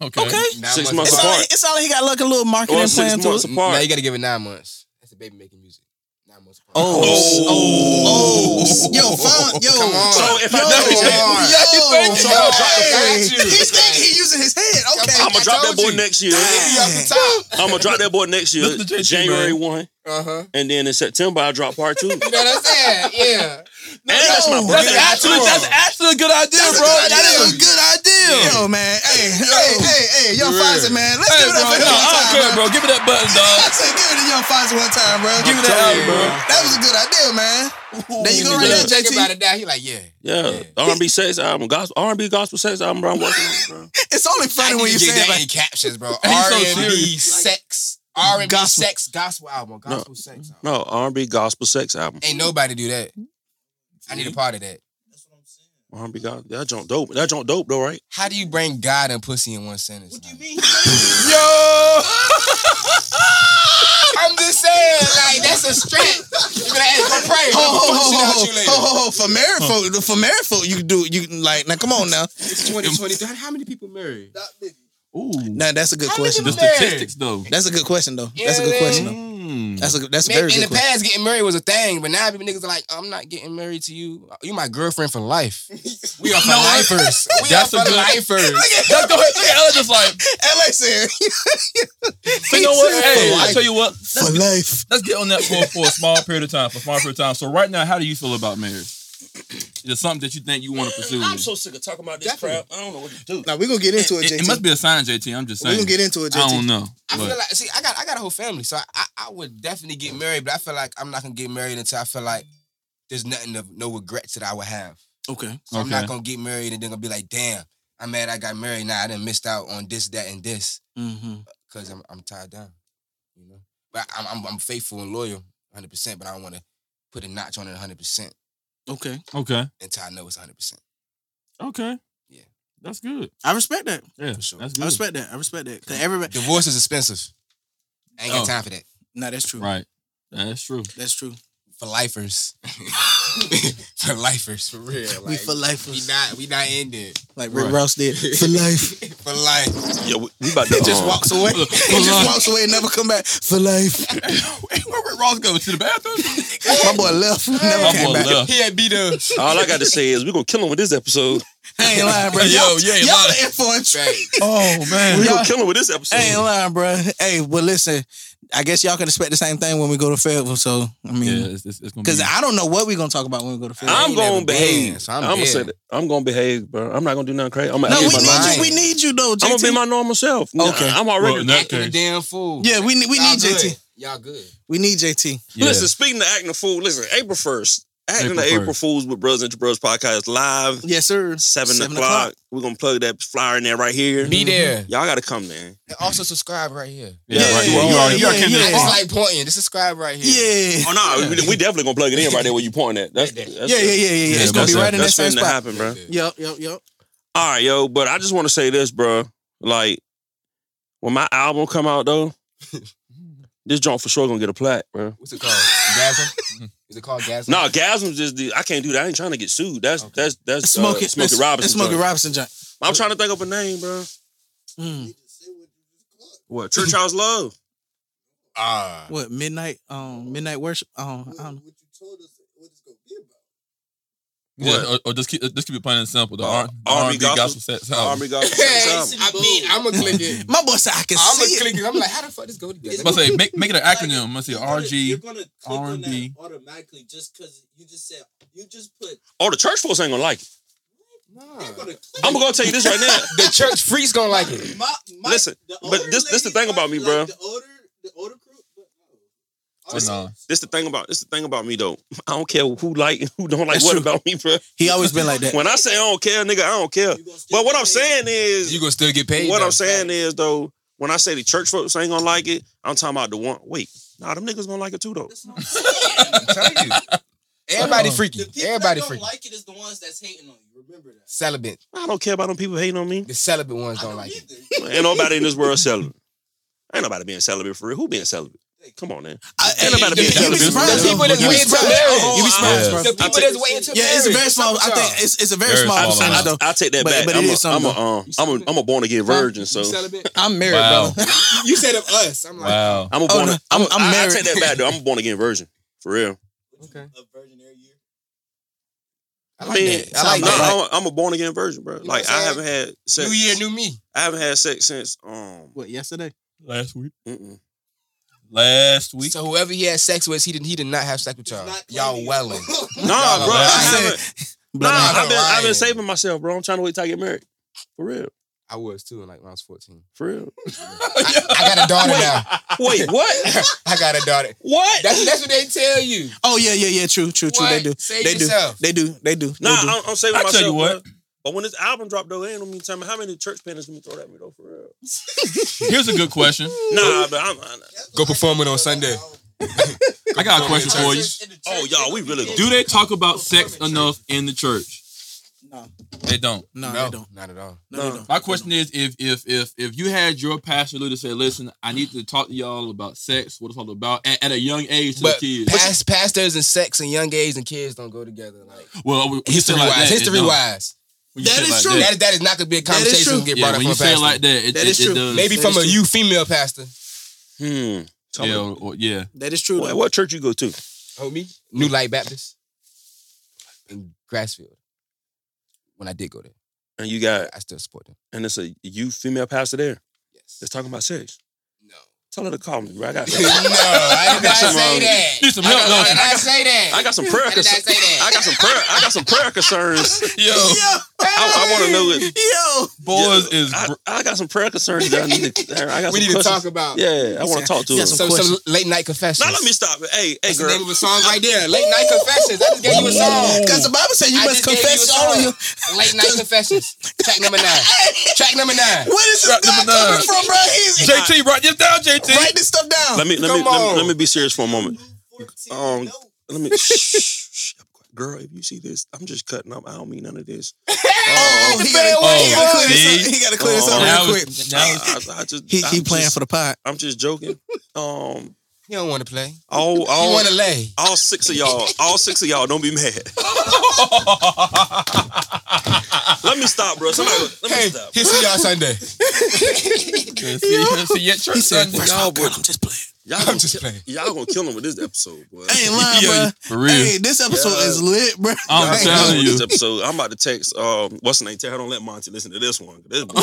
S2: huh. Okay.
S1: Okay.
S4: Nine
S3: Six months
S1: It's
S3: apart.
S1: all, it's all he got like a little marketing
S3: Well,
S1: plan
S3: six
S1: to
S3: months
S1: it.
S4: Now
S3: apart.
S4: you gotta give it nine months. That's a baby making music. Nine months. apart.
S1: Oh, oh, oh, yo, fine, yo.
S4: Come on.
S3: So if I
S1: Yo,
S3: drop
S4: Come
S3: it,
S4: on.
S1: yo,
S3: So
S1: yo,
S3: I'll drop the-
S1: hey.
S4: I got you.
S1: He's thinking he's using his head. Okay,
S3: I'm gonna drop that boy next year.
S4: Be off the top.
S3: I'm gonna drop that boy next year,
S2: Listen to JT,
S3: January
S2: man.
S3: one,
S4: Uh huh.
S3: and then in September I drop part two.
S4: You know what I'm saying? Yeah.
S3: and that's my
S1: no,
S3: birthday.
S2: That's actually that's actually a good idea, bro. That is a good idea.
S1: Yo, man. Hey, hey, hey, hey, Young Fonzie, man. Let's
S2: Hey,
S1: give it
S2: bro.
S1: up for him
S2: No,
S1: one
S2: I
S1: time,
S2: don't care,
S1: bro.
S2: bro. Give me that button,
S1: I
S2: dog.
S1: said, give it to Young Fonzie one time, bro.
S2: Give me that
S1: That was a good idea, man.
S2: out, bro.
S1: There you go,
S3: me
S1: right
S3: that.
S1: there,
S4: Think about
S1: JT.
S4: it now. He like, yeah.
S3: Yeah, R&B sex album, gospel R&B gospel sex album. Bro, I'm working on it, bro.
S1: It's only
S4: I
S1: funny when you say it
S4: get that
S1: like,
S4: in captions, bro.
S2: He's so
S4: R and B
S2: serious.
S4: sex. R and B
S1: Gospel.
S4: sex gospel album. Gospel sex album.
S3: No, R&B gospel sex album.
S4: Ain't nobody do that. I need a part of that.
S6: That's what I'm saying.
S3: R&B gospel. That junk dope. That junk dope though, right?
S4: How do you bring God and pussy in one sentence?
S6: What do you
S4: like?
S6: mean?
S2: Yo.
S4: I'm just saying, like that's a stretch. You gonna ask for prayer?
S1: ho, ho, ho,
S4: Shit out
S1: ho,
S4: you
S1: ho,
S4: later.
S1: ho, ho, ho. For married folk, for married folk, you do, you like, now come on now.
S4: It's 2023. How many people married?
S6: That nigga.
S2: Ooh.
S1: Now, that's a good
S4: How
S1: question.
S2: The
S4: many- Hey.
S2: statistics, though.
S1: That's a good question, though. That's a good
S4: Yeah,
S1: question, though.
S2: Mm.
S1: That's a, that's a
S4: Maybe
S1: very
S4: in
S1: good
S4: the
S1: question.
S4: past, getting married was a thing, but now people niggas are like, I'm not getting married to you. You my girlfriend for life. We are for
S2: No,
S4: lifers. We
S2: that's
S4: are
S2: a
S4: for
S2: good-
S4: lifers.
S2: That's go ahead. Look at Ella just like,
S1: LA said,
S2: you know what?
S1: said
S2: Hey,
S1: for
S2: I
S1: life.
S2: tell you what.
S1: for life.
S2: Let's get on that for, for a small period of time. For a small period of time. So right now, how do you feel about marriage? There's something that you think you want to pursue.
S3: I'm so sick of talking about this
S4: Definitely.
S3: crap. I don't know what to do.
S1: Now we're gonna get
S2: it,
S1: into it,
S2: it-
S1: JT.
S2: it must be a sign, JT. I'm just
S1: we're
S2: saying.
S1: gonna get into it, JT.
S2: I don't know.
S4: I
S2: but-
S4: feel like see, I got I got a whole family, so I, I I would definitely get married, but I feel like I'm not gonna get married until I feel like there's nothing of no regrets that I would have.
S1: Okay.
S4: So I'm not
S2: Okay.
S4: gonna get married and then gonna be like, damn, I'm mad I got married. Now I done missed out on this, that, and this
S1: Mm-hmm.
S4: because I'm I'm tied down, you know. But I'm I'm, I'm faithful and loyal, 100, percent but I don't want to put a notch on it 100 percent
S1: Okay.
S2: okay.
S4: until I know it's 100 percent
S2: Okay.
S4: Yeah.
S2: That's good.
S1: I respect that.
S2: Yeah.
S4: for sure.
S2: That's
S1: I
S2: good.
S1: respect that. I respect that. Cause everybody.
S4: Divorce is expensive. I ain't got
S2: Oh.
S4: time for that.
S1: Nah, that's true.
S2: Right. That's true.
S1: That's true.
S4: For lifers, for lifers, for real. Like,
S1: we for life.
S4: We not we not in there.
S1: like Rick
S2: Right.
S1: Ross did for life.
S4: For life. Oh.
S3: Yeah, we, we about to.
S1: He just
S3: um,
S1: walks away. he just
S2: life.
S1: walks away and never come back for life.
S2: Where Rick Ross go to the bathroom?
S1: My boy left, never
S2: My
S1: came
S2: boy
S1: back.
S2: left.
S4: He had beat us.
S3: All I got to say is we're gonna kill him with this episode.
S1: I ain't lying, bro.
S2: Yo,
S1: Y'all-
S2: you ain't
S1: y'all
S2: lying.
S1: the influence.
S2: Oh man.
S3: We're
S1: Y'all-
S3: gonna kill him with this episode.
S1: I ain't lying, bro. Hey, well, listen. I guess y'all can expect the same thing when we go to Fayetteville. So I
S2: Yeah,
S1: mean,
S2: it's, it's, it's gonna
S1: because
S2: be.
S1: I don't know what we're gonna talk about when we go to Fayetteville.
S3: I'm
S4: ain't never
S3: gonna
S4: been,
S3: behave.
S4: so
S3: I'm,
S4: I'm
S3: gonna say
S4: dead.
S3: that. I'm gonna behave, bro. I'm not gonna do nothing crazy. I'm gonna
S1: no,
S3: act
S1: we
S3: my
S1: need
S3: mind.
S1: you. We need you though, JT.
S3: I'm gonna be my normal self. Nah,
S1: Okay.
S3: I'm already.
S2: Well, in that
S4: Acting a
S2: case,
S4: damn fool.
S1: yeah, we need we
S4: Y'all
S1: need JT.
S4: good. Y'all good.
S1: We need JT.
S2: yeah.
S3: Listen, speaking of acting a fool, listen, April first, acting
S2: April
S3: April,
S2: 1st.
S3: April Fools with Brothers and Brothers podcast live
S1: Yes, sir.
S3: seven, o'clock. We're gonna plug that flyer in there right
S1: Mm-hmm.
S3: here.
S4: Be there.
S3: Y'all gotta come there.
S4: And also subscribe right here.
S2: yeah,
S1: yeah,
S2: right. You
S1: yeah,
S2: already, you
S1: yeah,
S2: already came to
S1: yeah.
S2: the
S4: It's
S2: spot.
S4: like pointing. Just subscribe right here.
S1: Yeah.
S3: Oh no, we, we definitely gonna plug it in right there where you point at. That's,
S4: Right there.
S3: that's
S1: yeah, yeah, yeah, yeah, yeah.
S2: Yeah,
S1: It's gonna be
S2: that's
S1: right
S2: it.
S1: in that
S3: That's
S1: same
S3: finna
S1: spot.
S3: happen, bro.
S1: Yep, yep, yep.
S2: Uh,
S3: All right, yo, but I just want to say this, bro. Like, when my album come out though, this joint for sure gonna get a plaque, bro.
S4: What's it called? Gasm? Is it called Gasm?
S3: No, Gasm's just the I can't do that. I ain't trying to get sued. That's that's that's
S1: Smoke
S3: uh,
S1: it,
S3: Smokey
S1: it's-
S3: Robinson.
S1: it's Smokey
S3: joint.
S1: Robinson joint.
S3: I'm trying to think up a name, bro.
S1: Mm.
S3: What? Church House Love.
S4: Ah.
S1: What midnight? Um, midnight worship. Um, I don't know.
S6: What you told us what it's gonna be about.
S2: Yeah, or, or just keep just keep it plain and simple. The
S3: Uh,
S2: R
S3: R&B
S2: and B gospel
S3: gospel.
S2: set. set
S4: Oh.
S2: album.
S3: Army God.
S4: I mean, I'm gonna click it.
S1: My boy said I can
S4: I'm
S1: see
S4: gonna
S1: it.
S4: click it. I'm like, how the fuck this go together?
S2: Must say make make it an
S6: Like,
S2: acronym. Must say
S6: you're gonna- You're
S2: RG.
S6: gonna click on that
S2: R&B.
S6: automatically just because you just said you just put.
S3: Oh, the church folks ain't gonna like it.
S6: They're
S4: Nah.
S6: gonna click.
S3: I'm gonna go tell you this right now.
S4: The church freaks gonna like it.
S6: My, my,
S3: Listen,
S6: the
S3: but
S6: older
S3: this- this the
S6: ladies
S3: thing about me,
S6: like- like
S3: bro.
S6: The older, the older crew. But, no.
S2: Oh, no.
S3: This the thing about this the thing about me though. I don't care who like who don't like
S1: That's
S3: what
S1: true.
S3: about me, bro.
S1: He always been like that.
S3: When I say I don't care, nigga, I don't care.
S6: You gonna still
S3: But what
S6: get
S3: I'm
S6: paid.
S3: saying is
S4: You gonna still get paid.
S3: What
S4: though.
S3: I'm saying is though, when I say the church folks ain't gonna like it, I'm talking about the one. Wait, nah, them niggas gonna like it too though.
S6: That's what I'm saying.
S4: I'm telling you. Everybody
S2: Oh.
S4: freaky.
S6: The people
S4: Everybody
S6: that don't
S4: freaky.
S6: like it is the ones that's hating on you. Remember that.
S4: celibate.
S3: I don't care about them people hating on me.
S4: The celibate ones
S6: I
S4: don't like it.
S6: either.
S3: Ain't nobody in this world celibate. Ain't nobody being celibate for real. Who being celibate? Come on, man.
S1: I,
S3: Ain't nobody being
S1: you, you be
S3: celibate.
S1: surprised.
S4: The people that's
S1: you be
S4: waiting to
S1: surprised.
S4: marry.
S1: You be surprised,
S2: Yeah.
S1: bro.
S4: The
S3: I
S4: people
S3: take-
S4: that's waiting to
S1: Yeah, it's a very
S4: marriage.
S1: small. I
S4: What's up with
S1: think it's it's a very,
S2: Very
S1: small
S2: small
S1: percentage
S2: amount.
S1: though.
S3: I take that
S1: But-
S3: back.
S1: but it
S3: I'm,
S1: is
S3: a, I'm,
S1: something,
S3: a, um, I'm, a, I'm a born again virgin, so
S4: y'all? You celibate?
S1: I'm married,
S2: Wow.
S1: brother.
S4: You said of us. I'm like,
S2: Wow.
S3: I'm a
S1: Oh,
S3: born. I'm,
S1: no.
S3: a-
S1: I'm- I'm
S3: I- I
S1: married.
S3: take that back though. I'm a born again virgin for real.
S4: Okay.
S6: A virgin every year.
S4: I
S3: I
S4: like
S3: mean,
S4: that. I like
S3: no,
S4: that.
S3: I'm, a- I'm a born again virgin, bro.
S4: know
S3: Like
S4: what
S3: I
S4: I'm saying?
S3: haven't had sex.
S4: New year, new me.
S3: I haven't had sex since um.
S1: What yesterday?
S2: Last week.
S3: Mm-mm.
S2: Last week.
S4: So whoever he had sex with, he did he did not have sex with y'all.
S6: It's not
S4: Y'all
S6: clean.
S4: welling.
S3: Nah, bro.
S2: I
S3: I
S1: said-
S3: haven't. Nah,
S1: Blood out.
S3: I've been, I've been
S4: Ryan.
S3: saving myself, bro. I'm trying to wait till I get married. For real.
S4: I was too, like when I was 14.
S3: For real.
S4: I, I got a daughter now.
S3: Wait, what?
S4: I got a daughter.
S3: What?
S4: That's that's what they tell you.
S1: Oh yeah, yeah, yeah. True, true, true. They
S4: What?
S1: do.
S4: Say
S1: They do.
S4: yourself.
S1: They do. They do. They
S3: nah,
S1: do.
S3: I'm, I'm saving
S2: I
S3: myself.
S2: tell you
S3: bro.
S2: what.
S3: But when this album dropped, though, ain't no me telling me how many church pennants me throw at me though, for real.
S2: Here's a good question.
S3: Nah, but I'm. i
S4: Go perform it on Sunday.
S2: I got a question for you.
S3: oh, y'all, we really gonna
S2: Do they talk about sex enough in the church?
S1: No,
S2: They don't.
S1: no,
S4: no,
S1: they don't.
S4: not at all.
S1: No, they
S3: No.
S1: don't.
S2: My question is if if if if you had your pastor leader say, listen, I need to talk to y'all about sex, what it's all about, at, at a young age to
S4: But
S2: the kids.
S4: past, pastors and sex and young gays and kids don't go together. Like
S2: Well, when you say
S4: history
S2: like
S4: wise,
S2: that, it
S4: history
S2: don't.
S4: wise,
S2: When you
S1: That
S2: say
S1: is
S2: like
S1: true.
S2: that-
S4: that, that is not gonna be a
S1: is
S4: conversation
S1: true.
S4: to get
S2: yeah,
S4: brought up
S2: when
S4: from
S2: you
S4: a
S2: say it
S4: pastor.
S2: like that, it,
S1: That
S2: it,
S1: is
S2: it
S1: true.
S2: does.
S4: Maybe
S1: That
S4: from
S1: is
S4: a
S1: true.
S4: you female pastor.
S3: Hmm. Tell
S2: yeah,
S3: me.
S2: or, or- yeah.
S1: That is true.
S3: What,
S1: though.
S3: what church you go to?
S4: Oh me, New Light Baptist in Grassfield. When I did go there,
S3: And you got,
S4: I still support them.
S3: and it's a you female pastor there
S4: Yes.
S3: that's talking about sex.
S4: No.
S3: Tell her to call me, bro. I got,
S4: no, I did not
S3: some,
S4: say
S3: um,
S4: that.
S2: Need some help,
S4: I,
S2: don't
S4: did
S2: you?
S4: not say that.
S3: I got some prayer.
S4: did I
S3: concerns.
S4: say that?
S3: I got some prayer. I got some prayer concerns.
S2: Yo,
S1: Yo,
S3: I, I want to know it.
S1: yo.
S2: boys is
S3: I,
S2: gr-
S3: I got some prayer concerns that I need to. I got some
S7: We need
S3: questions.
S7: to talk about.
S3: Yeah, I want to talk to
S1: Yeah,
S3: her.
S1: some
S7: So
S1: questions.
S7: some late night confessions.
S3: Now let me stop. Hey, hey,
S7: That's the
S3: girl.
S7: name of a song right there. Late night confessions. I just gave you a song.
S1: Because the Bible said you
S7: I
S1: must
S7: just gave
S1: confess
S7: you a
S1: all of
S7: song.
S1: your.
S7: Late night confessions. Track number nine. Track number nine.
S1: Where is this
S2: Right,
S1: guy
S2: number
S1: coming
S2: nine.
S1: from, bro? He's
S2: JT brought this down, JT.
S1: write this stuff down.
S3: Let me let me,
S7: Come
S3: let
S7: on.
S3: me let me be serious for a moment. Um,
S6: Um,
S3: Let me. shh, shh, girl, if you see this, I'm just cutting up. I don't mean none of this. Um,
S1: oh, he gotta,
S2: Oh,
S1: he gotta clear this
S2: see?
S1: up. He gotta clear this up
S3: Oh,
S2: that
S1: real
S2: was-
S1: quick.
S2: that was-
S3: I, I just
S1: He,
S3: I'm
S1: he playing
S3: just-
S1: for the pot.
S3: I'm just joking. Um,
S7: You don't want to play.
S3: all
S1: Oh.
S7: You
S3: all
S7: want to lay.
S3: all six of y'all, all six of y'all, don't be mad. let me stop, bro. Somebody, let me
S7: Hey,
S3: stop.
S7: here's to y'all Sunday.
S2: See, see, your church
S1: He said,
S2: Sunday.
S1: "Where's my
S2: Y'all
S1: girl? I'm just playing."
S3: Y'all
S7: I'm
S3: gonna
S7: just
S3: kill-
S7: playing.
S3: Y'all gonna kill him with this episode, boy.
S1: I ain't lying,
S2: Yeah,
S1: bro.
S2: for real.
S1: Hey, this episode
S3: Yeah.
S1: is lit, bro.
S2: I'm
S3: Y'all
S1: Hey,
S3: gonna kill him
S2: telling
S3: with
S2: you.
S3: This episode. I'm about to text. Um, what's the name? Tell her don't let Monty listen to this one. This boy-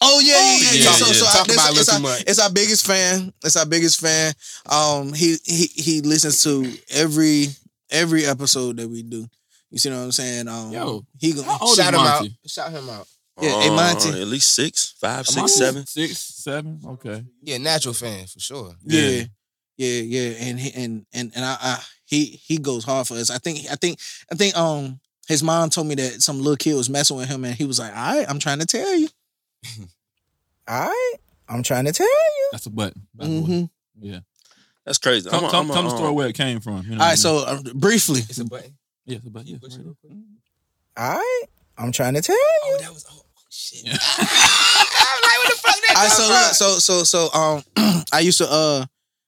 S1: Oh yeah, yeah, yeah.
S2: yeah,
S1: yeah. So,
S2: yeah.
S1: so I,
S7: Talk
S1: this,
S7: about it a
S1: it's,
S7: little
S1: our,
S7: too much.
S1: it's our biggest fan. It's our biggest fan. Um, he he he listens to every every episode that we do. You see what I'm saying? Um,
S2: Yo,
S1: he go,
S2: How old
S7: Shout
S2: is
S7: him out.
S2: Monty?
S7: Shout him out.
S1: Yeah, hey, Monty.
S3: Uh, at least six, five, six,
S2: Monty?
S3: seven.
S2: Six, seven. Okay.
S7: Yeah, natural fan for sure.
S1: yeah,
S2: Yeah.
S1: yeah, yeah, And he, and and and I, I he he goes hard for us. I think I think I think um his mom told me that some little kid was messing with him, and he was like, "All right, I'm trying to tell you." All right, I'm trying to tell you.
S2: That's a button. That's a
S1: Mhm.
S2: button. Yeah.
S3: That's crazy.
S2: Tell,
S3: I'm a-
S2: tell,
S3: I'm a,
S2: tell the story
S3: um,
S2: where it came from. You know
S1: All right, so uh, briefly.
S7: It's a button.
S2: yeah, it's a button. Yeah, right.
S1: All right, I'm trying to tell you.
S7: Oh, that was oh, oh shit.
S2: Yeah.
S7: I'm like, what the fuck that
S1: I
S7: come
S1: so
S7: from?
S1: look, so so so um I used to uh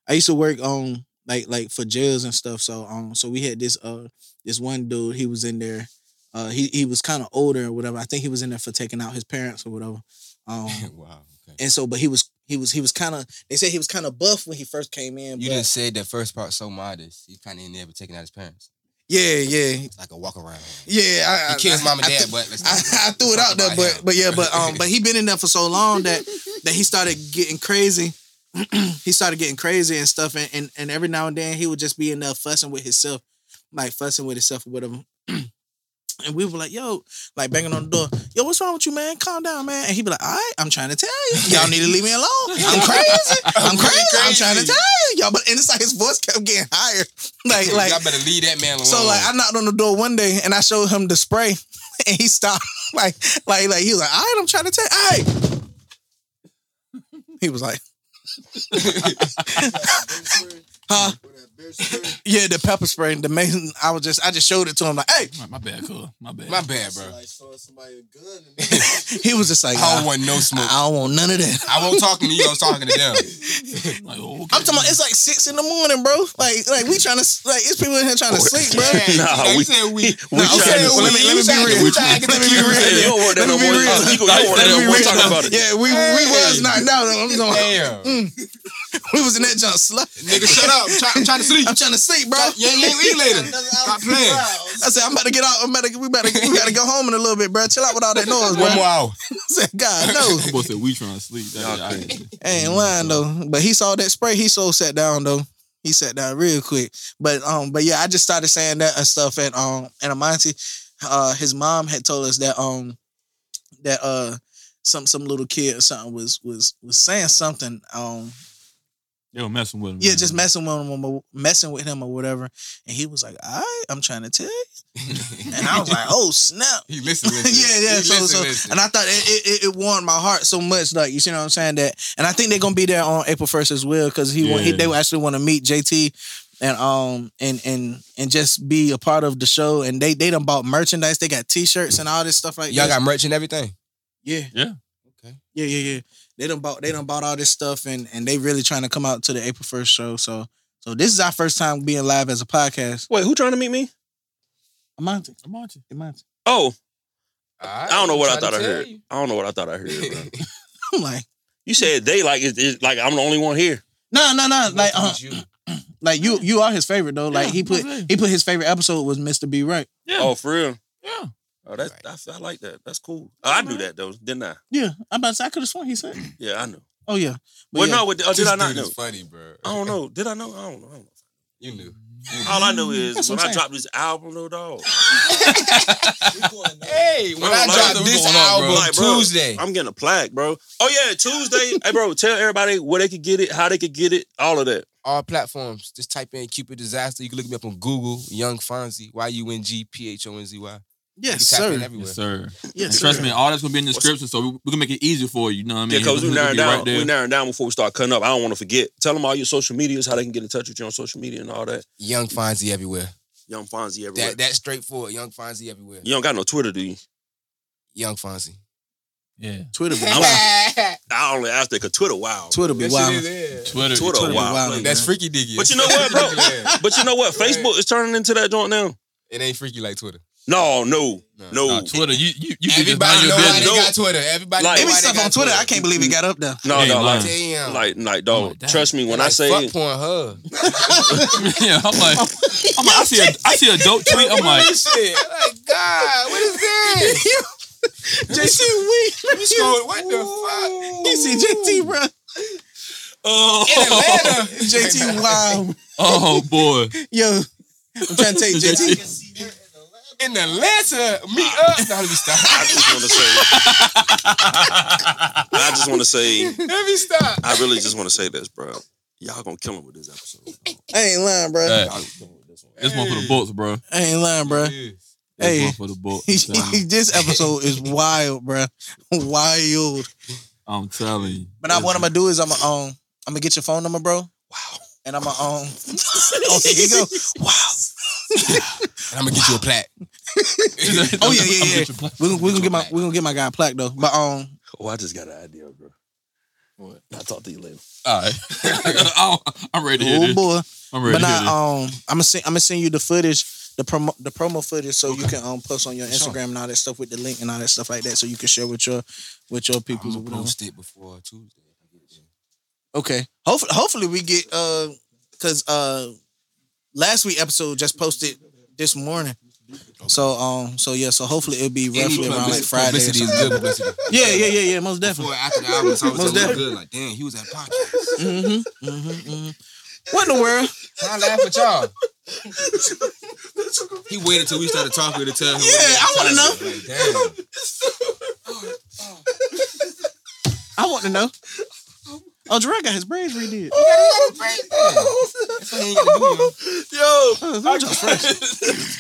S1: I used to work on like like for jails and stuff. So um so we had this uh this one dude, he was in there. Uh he he was kind of older or whatever. I think he was in there for taking out his parents or whatever. Um
S7: wow. Okay.
S1: and so but he was he was he was kind of they said he was kind of buff when he first came in.
S7: You
S1: but-
S7: didn't say that first part so modest. He's kind of in there, but taking out his parents.
S1: yeah, yeah.
S7: It's like a walk around.
S1: Yeah, I,
S7: He kills
S1: I-
S7: mom and
S1: I
S7: dad,
S1: thi-
S7: but let's
S1: I, I threw it
S7: talk
S1: out there,
S7: about
S1: but
S7: him.
S1: but yeah, but um, but he been in there for so long that that he started getting crazy. he started getting crazy and stuff, and, and and every now and then he would just be in there fussing with himself, like fussing with himself or whatever. And we were like, yo, like banging on the door, yo, what's wrong with you, man? Calm down, man. And he'd be like, all right, I'm trying to tell you. Y'all need to leave me alone. I'm crazy. I'm crazy. I'm trying to tell you. Y'all, but and it's like his voice kept getting higher. Like, like
S7: y'all better leave that man alone.
S1: so like I knocked on the door one day and I showed him the spray and he stopped like like like he was like, all right, I'm trying to take all right. He was like, huh? Yeah, the pepper spray and the mason. I was just I just showed it to him like, hey.
S2: My, my bad, cool. My bad.
S7: my bad, bro.
S6: Like showing somebody a gun. And then,
S1: He was just like,
S7: I
S1: I,
S7: don't want no smoke.
S1: I don't want none of that.
S7: I won't talking to you. I was talking to them.
S2: Like, oh, okay.
S1: I'm talking. About, it's like six in the morning, bro. Like like we trying to like it's people in here trying to sleep, bro.
S3: Nah,
S7: you
S3: we-
S7: said we.
S3: we
S7: you
S3: trying
S7: said
S3: to-
S7: we,
S1: let me- let me
S7: you
S1: be
S7: said
S1: real.
S7: we trying to get
S1: Let me
S7: the
S1: be
S7: cure.
S1: real.
S3: Hey, you don't want that
S1: Let
S3: no
S1: me
S3: more.
S1: be real.
S3: You gonna- you don't want that
S1: Let
S3: no
S1: me
S3: more.
S1: read
S3: Talk
S1: it.
S3: about it.
S1: Yeah, we we was knocked out. I'm going-
S7: Damn.
S4: Mm,
S1: we was in that junk slut.
S7: Nigga, shut up. I'm, try, I'm trying to sleep.
S1: I'm trying to sleep, bro.
S7: Yeah, yeah, eat later. Stop playing.
S1: I said, I'm about to get out. I'm about to, we about to, we got to go home in a little bit, bro. Chill out with all that noise, bro.
S7: One more
S1: I
S7: hour.
S1: said, God, no.
S2: My boy said we trying to sleep. That,
S3: Y'all
S2: I-
S3: crazy.
S1: I ain't lying, though. But he saw that spray. He so sat down, though. He sat down real quick. But, um, but yeah, I just started saying that and stuff. And, um, and Amante, uh, his mom had told us that, um, that, uh, some, some little kid or something was, was, was saying something, um,
S2: they were messing with him.
S1: yeah, just
S7: Mm-hmm.
S1: messing with him, or messing with him or whatever. And he was like, all right, I'm trying to tell you. And I was like, oh, snap.
S7: He listened.
S1: yeah, yeah.
S7: He
S1: so,
S7: listen,
S1: so,
S7: listen.
S1: and I thought it, it, it- it warmed my heart so much, like you see what I'm saying. That, and I think they're gonna be there on April first as well, because he, want, he
S2: Yeah.
S1: they actually want to meet JT and um and and and just be a part of the show. And they they done bought merchandise. They got T-shirts and all this stuff like
S7: Y'all
S1: that.
S7: got merch and everything.
S1: yeah,
S2: Yeah.
S7: Okay.
S1: yeah, yeah, yeah. They done bought they done bought all this stuff, and and they really trying to come out to the April first show. So so this is our first time being live as a podcast.
S3: Wait, who trying to meet me?
S1: Amante,
S2: I'm watching.
S1: Amante.
S3: Oh,
S7: I
S3: I don't know what I thought I heard. I don't know what I thought I heard. Bro.
S1: I'm like,
S3: You said they like it, it- like I'm the only one here.
S1: no, no, no. Like, uh,
S7: you.
S1: like you you are his favorite though. Like
S2: Yeah,
S1: he put
S2: I'm saying.
S1: he put his favorite episode was Mr. B right.
S2: Yeah.
S3: Oh, for real?
S2: Yeah.
S3: Oh, that's, I, I like that. That's cool. I knew that though, didn't I?
S1: Yeah, I'm about to say I could have sworn he said.
S3: Yeah, I know.
S1: Oh yeah. But
S3: Well,
S1: yeah.
S3: no, what, uh, did
S4: This
S3: I not
S4: dude
S3: know?
S4: is funny, bro.
S3: I don't know. Did I know? I don't know. I don't know. Mm-hmm.
S4: You knew.
S3: All I know is
S1: That's
S3: when
S1: what I'm
S3: I
S1: saying.
S3: dropped this album, though, dog.
S6: We going there.
S4: Hey,
S3: Bro,
S4: when I
S3: like,
S4: dropped
S3: what's
S4: this
S2: going on, bro?
S4: album
S3: Like, bro,
S4: Tuesday,
S3: I'm getting a plaque, bro. Oh yeah, Tuesday. hey, bro, tell everybody where they could get it, how they could get it, all of that.
S4: all platforms. Just type in Cupid Disaster. You can look me up on Google, Young Fonzie, Y U N G P H O N Z Y.
S1: Yes,
S4: You can tap in
S1: sir.
S4: everywhere.
S2: Yes, sir.
S1: Yes,
S2: And
S1: sir.
S2: trust me, all that's gonna be in the description, so we, we can make it easy for you. You know what I mean?
S3: Yeah, because we
S2: It'll
S3: narrowing
S2: be
S3: down.
S2: right
S3: we
S2: there.
S3: narrowing down before we start cutting up. I don't want to forget. Tell them all your social medias, how they can get in touch with you on social media and all that.
S4: Young Fonzie everywhere.
S3: Young Fonzie everywhere.
S4: That that's straightforward. Young Fonzie everywhere.
S3: you don't got no Twitter, do you?
S4: Young Fonzie.
S2: yeah.
S1: Twitter be
S3: I'm-
S1: wild.
S3: I only asked that because Twitter, wow.
S1: Twitter be wild.
S2: Twitter.
S3: Twitter,
S1: Twitter be
S3: wow.
S1: wild,
S3: Like,
S1: man.
S4: That's freaky diggy.
S3: But you know what, bro? but you know what?
S4: Right.
S3: Facebook is turning into that joint now.
S4: It ain't freaky like Twitter.
S3: No, no,
S4: No.
S3: no.
S2: Nah, Twitter. You you you can just mind
S4: Everybody
S2: your
S4: know why
S2: business.
S4: they
S3: business.
S4: got Twitter.
S3: Like-
S4: Everybody
S1: It
S4: know
S1: be
S4: why they
S1: stuff
S4: got
S1: on Twitter. I can't believe it got up there.
S3: No,
S2: Ain't
S3: no, like,
S2: lying.
S4: Damn.
S3: like, like, dog.
S2: Oh, damn.
S3: trust me when I
S4: Like,
S3: say
S4: fuck Pornhub.
S2: yeah, I'm like, I'm like, I see a I see a dope tweet. I'm like,
S4: shit. Like, God, what is this?
S1: JC weak.
S4: You scroll- what the fuck?
S1: You see JT, bro.
S2: oh,
S4: Atlanta.
S1: JT, wow.
S2: oh boy,
S1: Yo, I'm trying to take JT.
S6: can see her in the lab.
S4: In Atlanta. Meet up. No, let me
S3: I
S4: stop.
S3: just want to say, I just want to say,
S4: Let me stop.
S3: I really just want to say this, bro. Y'all gonna kill him with this episode.
S1: I ain't lying, bro.
S2: Hey,
S3: Y'all gonna kill him with this one.
S2: this one for the books, bro.
S1: I ain't lying, bro.
S2: This
S1: Hey.
S2: one for the books. I'm telling-
S1: this episode is wild, bro. Wild.
S2: I'm telling you.
S1: But now what I'm gonna do is I'm gonna um, I'm gonna get your phone number, bro. Wow. And I'm gonna um. oh, here you go. Wow.
S4: And I'm gonna get you a plaque.
S1: Oh yeah, yeah, yeah. We gonna, we gonna get my we gonna get my guy a plaque though. But um,
S3: Oh, I just got an idea, bro. What? I'll talk to you later.
S2: All right, I'll- I'm ready to hear
S1: oh
S2: this.
S1: boy.
S2: I'm ready
S1: But
S2: to hear
S1: now
S2: this.
S1: um, I'm gonna send I'm gonna send you the footage, the promo the promo footage, so you can um post on your Instagram and all that stuff with the link and all that stuff like that, so you can share with your with your people.
S4: I'm gonna post it before Tuesday.
S1: Okay. Hopefully, hopefully we get uh, cause uh, last week episode just posted this morning. So um, so yeah, so hopefully it'll be roughly around like Friday. Or
S4: Publicity is
S1: something.
S4: good publicity.
S1: Yeah, yeah, yeah, yeah. Most definitely.
S4: Before after the album, it's always
S1: Most
S4: a little
S1: definitely.
S4: good. Like, damn, he was at podcast.
S1: Mm-hmm, mm-hmm, mm-hmm. What in the world?
S4: Can I laugh at y'all? he waited till we started talking to tell him.
S1: Yeah, I wanna know.
S4: Like, damn.
S1: I want to know. Oh, Gerard got his braids redid.
S4: That's what he ain't gotta do, yo.
S3: Yo,
S1: Oh, them jokes fresh.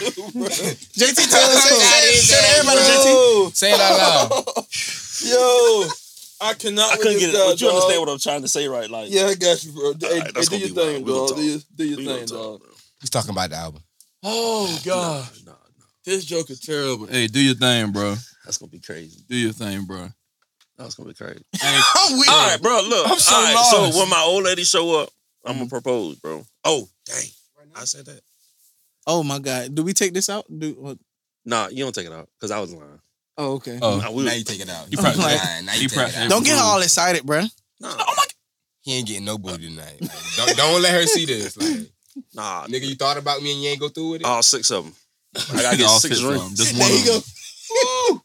S1: JT, tell us.
S4: That is
S1: Show
S4: that,
S1: everybody, JT.
S3: yo,
S4: Say it out loud.
S7: Yo, I cannot.
S3: uh, I couldn't
S7: with
S3: get it.
S7: this guy,
S3: But you
S7: dog.
S3: understand what I'm trying to say, right? Like,
S7: Yeah, I got you, bro. Hey,
S3: right,
S7: hey,
S3: that's
S7: do
S3: gonna
S7: your
S3: be wild.
S7: thing,
S3: We gonna
S7: dog.
S3: talk.
S7: Do your, do your
S3: we
S7: thing,
S3: gonna talk,
S7: dog.
S3: bro.
S4: He's talking about the album.
S7: Oh God,
S3: Nah, nah,
S7: this joke is terrible.
S2: Hey, do your thing, bro.
S3: that's gonna be crazy.
S2: Do your thing, bro.
S3: That's gonna be crazy.
S1: I'm weak.
S3: All right, bro. Look,
S4: I'm so
S3: all right,
S4: lost.
S3: So when my old lady show up, I'm gonna propose, bro. Oh, dang, I said that.
S1: Oh my God, do we take this out? Do uh, what?
S3: Nah, you don't take it out because I was lying.
S1: oh okay.
S2: Oh, mm-hmm.
S3: Nah, we,
S4: Now you take it out.
S2: You probably-
S4: lying. Now you
S2: you
S4: take it
S2: probably-
S4: out.
S1: Don't get all excited, bruh.
S3: nah,
S4: He ain't getting no booty tonight. Like, don't, don't let her see this. Like,
S3: nah,
S4: nigga, you thought about me and you ain't go through
S1: Oh.
S4: with it.
S3: all six of them. I
S2: I
S3: gotta
S2: get
S3: get
S2: all
S3: six
S2: six of them.
S3: rings.
S2: Just one.
S1: There
S2: of
S1: you go.
S2: them.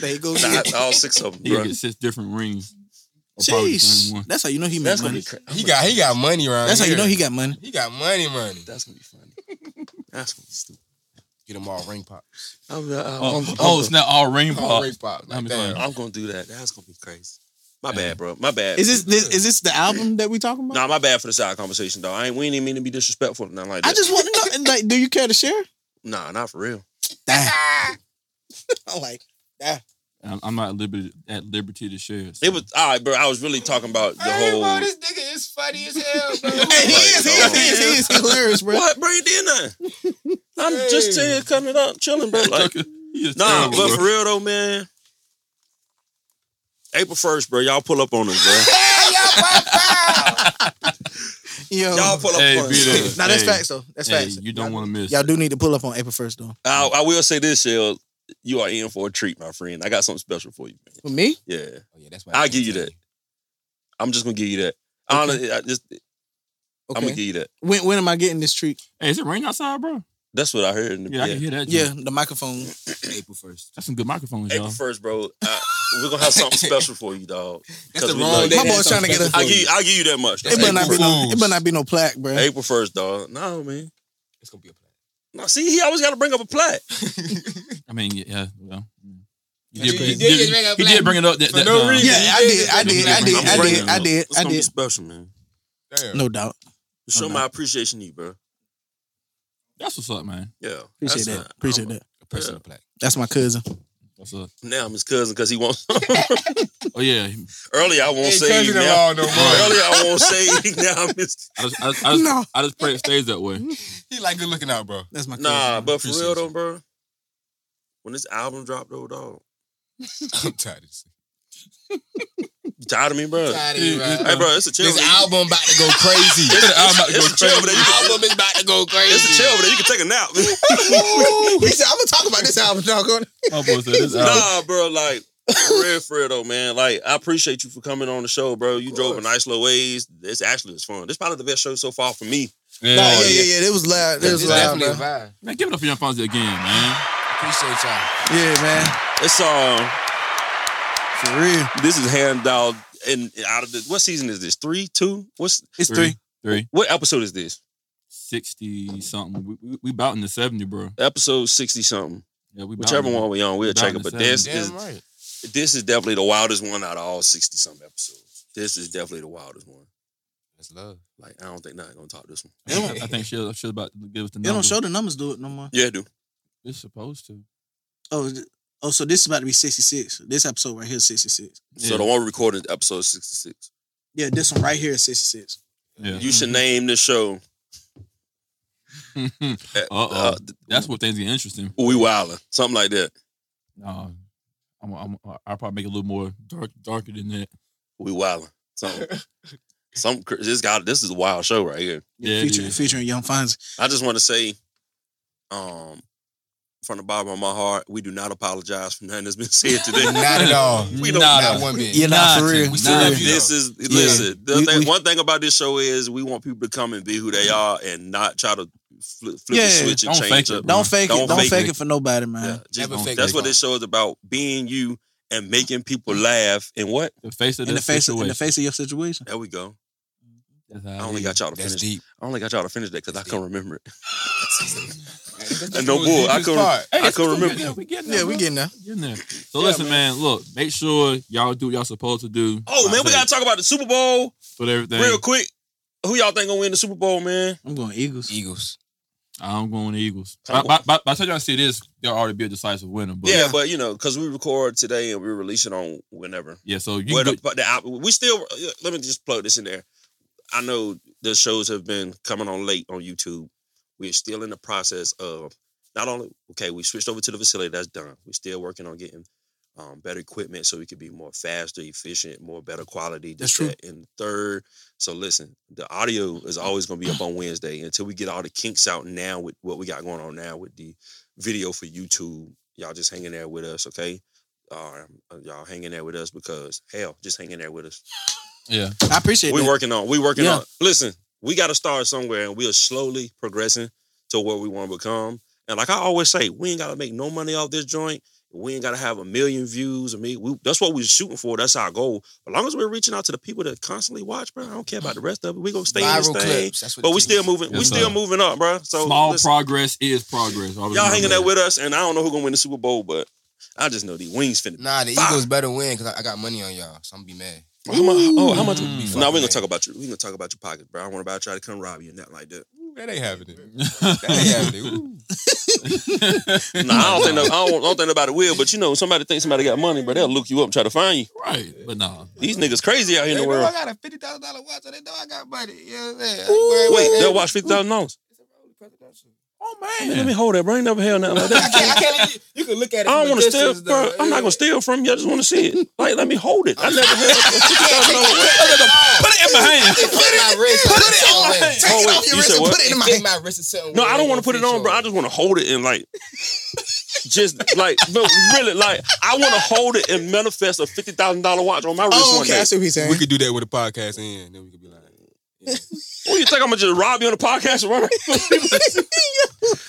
S1: There you go.
S3: Nah, all six of
S2: He
S3: them, bro.
S2: get six different rings. Or probably the same
S1: Jeez,
S2: one.
S1: that's how you know he made
S3: That's gonna
S1: money.
S3: be crazy.
S4: He got he got money around.
S1: That's how
S4: here.
S1: you know he got money.
S4: He got money, money.
S3: That's gonna be funny. That's gonna be stupid.
S4: Get them all ring pop.
S3: I'm, uh, I'm-
S2: Oh,
S3: I'm-
S2: oh, it's not all ring
S4: All
S2: pop.
S4: ring pop.
S2: Let
S4: Like,
S2: me
S4: damn.
S2: find
S3: I'm gonna do that. That's gonna be crazy. My
S2: Yeah.
S3: bad, bro. My bad.
S1: Is this, this is this the album that we talking about?
S3: Nah, my bad for the side conversation, though. I ain't. We ain't even mean to be disrespectful. or Nothing like that.
S1: I just want to know. Like, do you care to share?
S3: Nah, not for real.
S1: Damn. I'm like,
S2: I'm, I'm not at liberty, at liberty to share. so.
S3: It was all right, bro. I was really talking about the
S4: Hey,
S3: whole.
S4: bro, this nigga is funny as hell, bro.
S1: hey, he is, he is, he is, he is hilarious, bro.
S3: What, bro? You did nothing. I'm just
S4: Hey.
S3: here cutting it up, chilling, bro. Like,
S2: He is
S3: nah,
S2: terrible,
S3: but
S2: bro.
S3: for real though, man. April first, bro. Y'all pull up on us,
S1: Yo,
S3: bro. y'all pull up
S2: Hey,
S3: on
S2: be
S3: us.
S2: there.
S1: now that's
S2: Hey,
S1: facts though. That's
S2: Hey,
S1: facts.
S2: you don't want to miss.
S1: Y'all do need to pull up on April first though.
S3: I, I will say this, Shell. You are in for a treat, my friend. I got something special for you, man.
S1: For me,
S3: Yeah,
S4: Oh, yeah, that's why
S3: I'll
S4: didn't
S3: give you
S4: tell
S3: that. I'm just gonna give you that. Honestly, I just, I'm gonna
S1: okay.
S3: give you that.
S1: When when am I getting this treat?
S2: Hey, is it rain outside, bro?
S3: That's what I heard. In the,
S2: Yeah, I can hear that.
S1: Yeah,
S2: joint.
S1: the microphone.
S4: April first.
S2: that's some good microphones,
S3: April
S2: y'all.
S3: first, bro. I, We're gonna have something special for you, dog.
S4: That's
S3: 'Cause
S4: the
S3: we
S4: wrong
S3: love
S4: day.
S3: you.
S1: My boy's trying to get a-
S3: I give you, I give you that much.
S1: It better not be
S2: April
S1: no. It
S2: Fools.
S1: better not be no plaque, bro.
S3: April first, dog. No, man.
S4: It's gonna be a plan.
S3: No, see, he always got to bring up a plaque.
S2: I mean, yeah, well. He
S4: That's
S2: did,
S4: crazy.
S2: he, did,
S4: You did just bring up
S2: he
S4: black-
S2: did bring it up that,
S4: for
S2: that
S4: no
S2: time.
S4: reason.
S1: Yeah, I did, I did, I did,
S3: I'm
S1: I
S3: bringing
S1: did,
S3: it
S1: I
S3: up.
S1: did,
S3: It's
S1: I
S3: gonna be
S1: did.
S3: special, man.
S4: Damn.
S1: No doubt.
S3: To show
S1: no.
S3: my appreciation, to you, bro.
S2: That's what's up, man.
S3: Yeah,
S1: Appreciate
S3: That's uh,
S1: that.
S3: not-
S1: Appreciate
S3: I'm-
S1: that.
S4: A personal plaque.
S1: That's my cousin.
S2: What's up?
S3: Now I'm his cousin because he wants.
S2: Oh yeah,
S3: Earlier I won't
S7: Ain't
S3: say.
S7: cousin in
S3: Now,
S7: law no more.
S3: earlier I won't say. Now I'm his.
S2: I just, I just, I just,
S1: No.
S2: I just pray it stays that way.
S4: He like good looking out, bro.
S1: That's my cousin.
S3: Nah, but for real
S2: Appreciate
S3: though,
S2: you.
S3: bro. When this album dropped, though, dog,
S4: I'm tired of this.
S3: you tired of me, bro?
S7: Tired of you, bro.
S3: Hey, bro, it's a chill.
S4: This album about to go crazy.
S3: It's a chill, but you can-
S4: album is about to go
S3: it's a
S4: crazy.
S3: chill, but you can take a nap.
S1: he said, "I'm gonna talk about this album, dog."
S2: My boy said this album.
S3: nah, bro, like for real, for real though, man. Like I appreciate you for coming on the show, bro. You drove a nice little ways. This actually was fun. This probably the best show so far for me.
S1: Nah, yeah, yeah, yeah. It was loud. It
S7: It's
S1: was loud,
S7: definitely a
S1: bro.
S7: vibe.
S2: Man, give it up for Young Fonzie again, man.
S4: Appreciate y'all.
S1: Yeah, man.
S3: It's um,
S1: For real.
S3: this is hand dialed and out of the what season is this? Three, two? What's
S1: It's three.
S2: three,
S3: what episode is this?
S2: sixty something. We, we, we bout in the seventy, bro.
S3: Episode sixty something.
S2: Yeah, we bout
S3: Whichever
S2: in the-
S3: one we on, we'll
S2: About
S3: check it.
S2: in the
S3: But this is
S2: seventies.
S4: Damn right.
S3: this is definitely the wildest one out of all sixty something episodes. This is definitely the wildest one.
S4: That's love.
S3: Like I don't think not gonna talk this one.
S2: I think- I think she'll she'll about to give us the
S1: They
S2: number.
S1: don't show the numbers do it no more.
S3: Yeah, dude.
S2: It's supposed to.
S1: Oh, is it- oh. So this is about to be 66. This episode right here is 66.
S3: So the one we recorded is episode sixty six.
S1: Yeah, this one right here is 66.
S2: Yeah.
S3: You should name this show.
S2: uh
S3: Uh,
S2: oh, that's what things get interesting.
S3: We wildin', something like that.
S2: Uh, I'm, I'm, I'll probably make it a little more dark, darker than that.
S3: We wildin'. Something. Some cr- this guy. This is a wild show right here.
S2: Yeah, it
S1: featuring,
S2: is.
S1: featuring Young Fonzie.
S3: I just want to say, um, from the bottom of my heart, we do not apologize for nothing that's been said
S4: Not
S3: today.
S4: at all.
S3: We don't-
S4: Not one bit.
S1: Yeah, nah, for
S2: Nah,
S1: real.
S4: we
S1: for
S4: still
S1: real.
S4: love you.
S3: this is listen. The
S1: We-
S3: thing,
S1: we-
S3: one thing about this show is we want people to come and be who
S4: Mm-hmm.
S3: they are and not try to flip, flip
S1: Yeah,
S3: the switch and
S2: don't
S3: change
S2: fake it,
S3: up.
S1: Don't fake
S3: Don't
S1: it. Don't
S3: fake
S1: fake,
S3: it.
S1: it. for nobody,
S3: Yeah,
S1: man.
S3: just-
S4: Never fake
S3: that's
S4: it.
S3: what this show is about: being you and making people laugh. And what?
S2: The face of
S1: In the
S2: this
S1: face of, in
S2: situation.
S1: the face of your situation.
S3: There we go.
S2: That's
S3: I
S2: how it
S3: only
S2: is.
S3: got y'all to finish.
S4: That's deep.
S3: I only got y'all to finish that because I can't remember it.
S4: That's
S3: And no bull. I couldn't.
S2: Hey,
S3: I couldn't
S2: it's-
S3: remember.
S2: Yeah, we getting there.
S1: Yeah, we
S2: bro.
S1: getting there.
S2: getting there. So listen, man. Look, make sure y'all do what y'all supposed to do.
S3: Oh man, we
S2: Like I
S3: gotta talk about the Super Bowl
S2: said, with everything.
S3: real quick. Who y'all think gonna win the Super Bowl, man?
S1: I'm going Eagles.
S4: Eagles.
S2: I'm going to Eagles.
S3: Come
S2: By,
S3: on.
S2: by, by, by the time y'all see this, they'll already be a decisive winner. But
S3: yeah,
S2: yeah,
S3: but you know, because we record today and we release it on whenever.
S2: so you
S3: Where
S2: can
S3: the, but the album, we still. uh, Let me just plug this in there. I know the shows have been coming on late on YouTube. We're still in the process of not only okay, we switched over to the facility. That's done. We're still working on getting um, better equipment so we could be more faster, efficient, more better quality.
S1: That's
S3: this,
S1: true.
S3: that, And third, so listen, the audio is always going to be up on Wednesday until we get all the kinks out. Now with what we got going on now with the video for YouTube, y'all just hanging there with us, okay? Uh, y'all hanging there with us because hell, just hanging there with us.
S2: yeah,
S1: I appreciate
S3: We
S1: that.
S3: working on. We working
S1: Yeah.
S3: on. Listen, we got to start somewhere, and we are slowly progressing to where we want to become. And like I always say, we ain't got to make no money off this joint. We ain't got to have a million views. I mean, we, that's what we're shooting for. That's our goal. As long as we're reaching out to the people that constantly watch, bro, I don't care about the rest of it. We gonna stay in this
S4: Viral
S3: thing.
S4: clips. That's what
S3: But
S4: it
S3: we
S4: is.
S3: still moving. we
S2: Yes,
S3: still
S2: sir.
S3: moving up, bro. So
S2: small
S3: listen,
S2: progress is progress. Always
S3: y'all
S2: remember
S3: hanging
S2: that.
S3: there with us, and I don't know who gonna win the Super Bowl, but I just know these wings finna.
S4: Nah, the
S3: Fuck.
S4: Eagles better win because I, I got money on y'all, so I'm gonna be mad.
S3: How much? Oh, how much?
S2: Mm.
S3: No, we gonna talk about you. We gonna talk about your pocket, bro. I want about try to come rob you and that like that.
S4: That ain't happening. That ain't happening. Ooh.
S3: No, I don't think no, I don't, I don't think nobody will. But you know, somebody thinks somebody got money, but they'll look you up and try to find you.
S2: right, but nah.
S3: These niggas crazy out here
S4: They
S3: in the
S4: know I
S3: world.
S4: got a fifty thousand dollar watch, so they know I got money. You know what I'm saying? I ain't worried
S3: Wait,
S4: about
S3: they'll
S4: that.
S3: watch fifty thousand dollars.
S2: Oh man,
S3: Let me hold that, bro. I ain't never held nothing like
S4: I
S3: that.
S4: can't, I can't let you, you can look at it.
S3: I don't
S4: from a
S3: want to steal,
S4: distance,
S3: bro.
S4: though.
S3: I'm not gonna steal from you. I just want to see it. Like, let me hold it. I never held a fifty thousand dollar.
S2: put it in my hand.
S4: It fit my wrist. Put it on. Take
S3: Oh, wait, you said what?
S4: it in my, fit my wrist. and something
S3: No,
S4: where
S3: I don't
S4: it
S3: want to
S4: gonna
S3: put it
S4: fit
S3: on, bro.
S4: your-
S3: I just want to hold it and like, just like, no, really, like, I want to hold it and manifest a fifty thousand dollar watch on my wrist
S1: Oh,
S3: one
S1: okay.
S3: day.
S1: I see what he's saying.
S4: We could do that with a podcast in, then we could be like,
S3: Who you think I'm gonna just rob you on the podcast? and run around?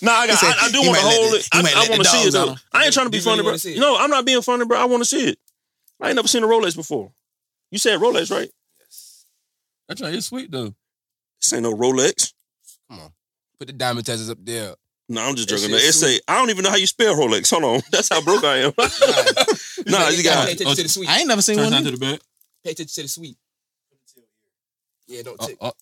S3: nah, I, got,
S1: said,
S3: I, I do
S1: he
S3: want to
S1: might let
S3: hold
S1: the-
S3: it.
S1: he
S3: I,
S1: might
S3: I
S1: let
S3: want
S1: the
S3: to see it
S1: dogs
S3: though.
S1: out.
S3: I ain't trying to be
S4: You really
S3: funny, bro.
S4: wanna see it?
S3: No, I'm not being funny, bro. I want to see it. I ain't never seen a Rolex before. You said Rolex, right?
S2: That joint is sweet though.
S3: This ain't no Rolex.
S4: Put the diamond testers up there.
S3: No, I'm just
S4: That
S3: joking.
S4: shit
S3: It say I don't even know how you spell Rolex. Hold on, that's how broke I am. nah, you got
S4: Pay attention
S2: Oh.
S4: to the suite.
S1: I ain't never seen
S2: Turns
S1: one.
S2: out to
S1: either.
S2: the back.
S4: Pay attention to the suite. Yeah, don't
S2: Oh,
S4: tick.
S2: oh.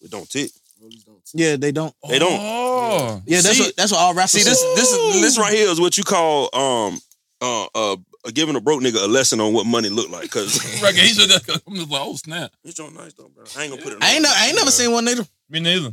S3: it don't tick.
S4: Rollies don't tick.
S1: Yeah, they don't.
S3: They don't.
S2: Oh.
S1: Yeah, that's
S3: See-
S1: what that's what all rappers
S3: See this
S1: say.
S3: this is this right here is what you call um uh uh giving a broke nigga a lesson on what money look like because
S2: Right, he said that. I'm just like, oh snap.
S3: it's on nice though, bro. I ain't gonna put it.
S1: I ain't, no, I ain't never seen one neither.
S2: Me neither.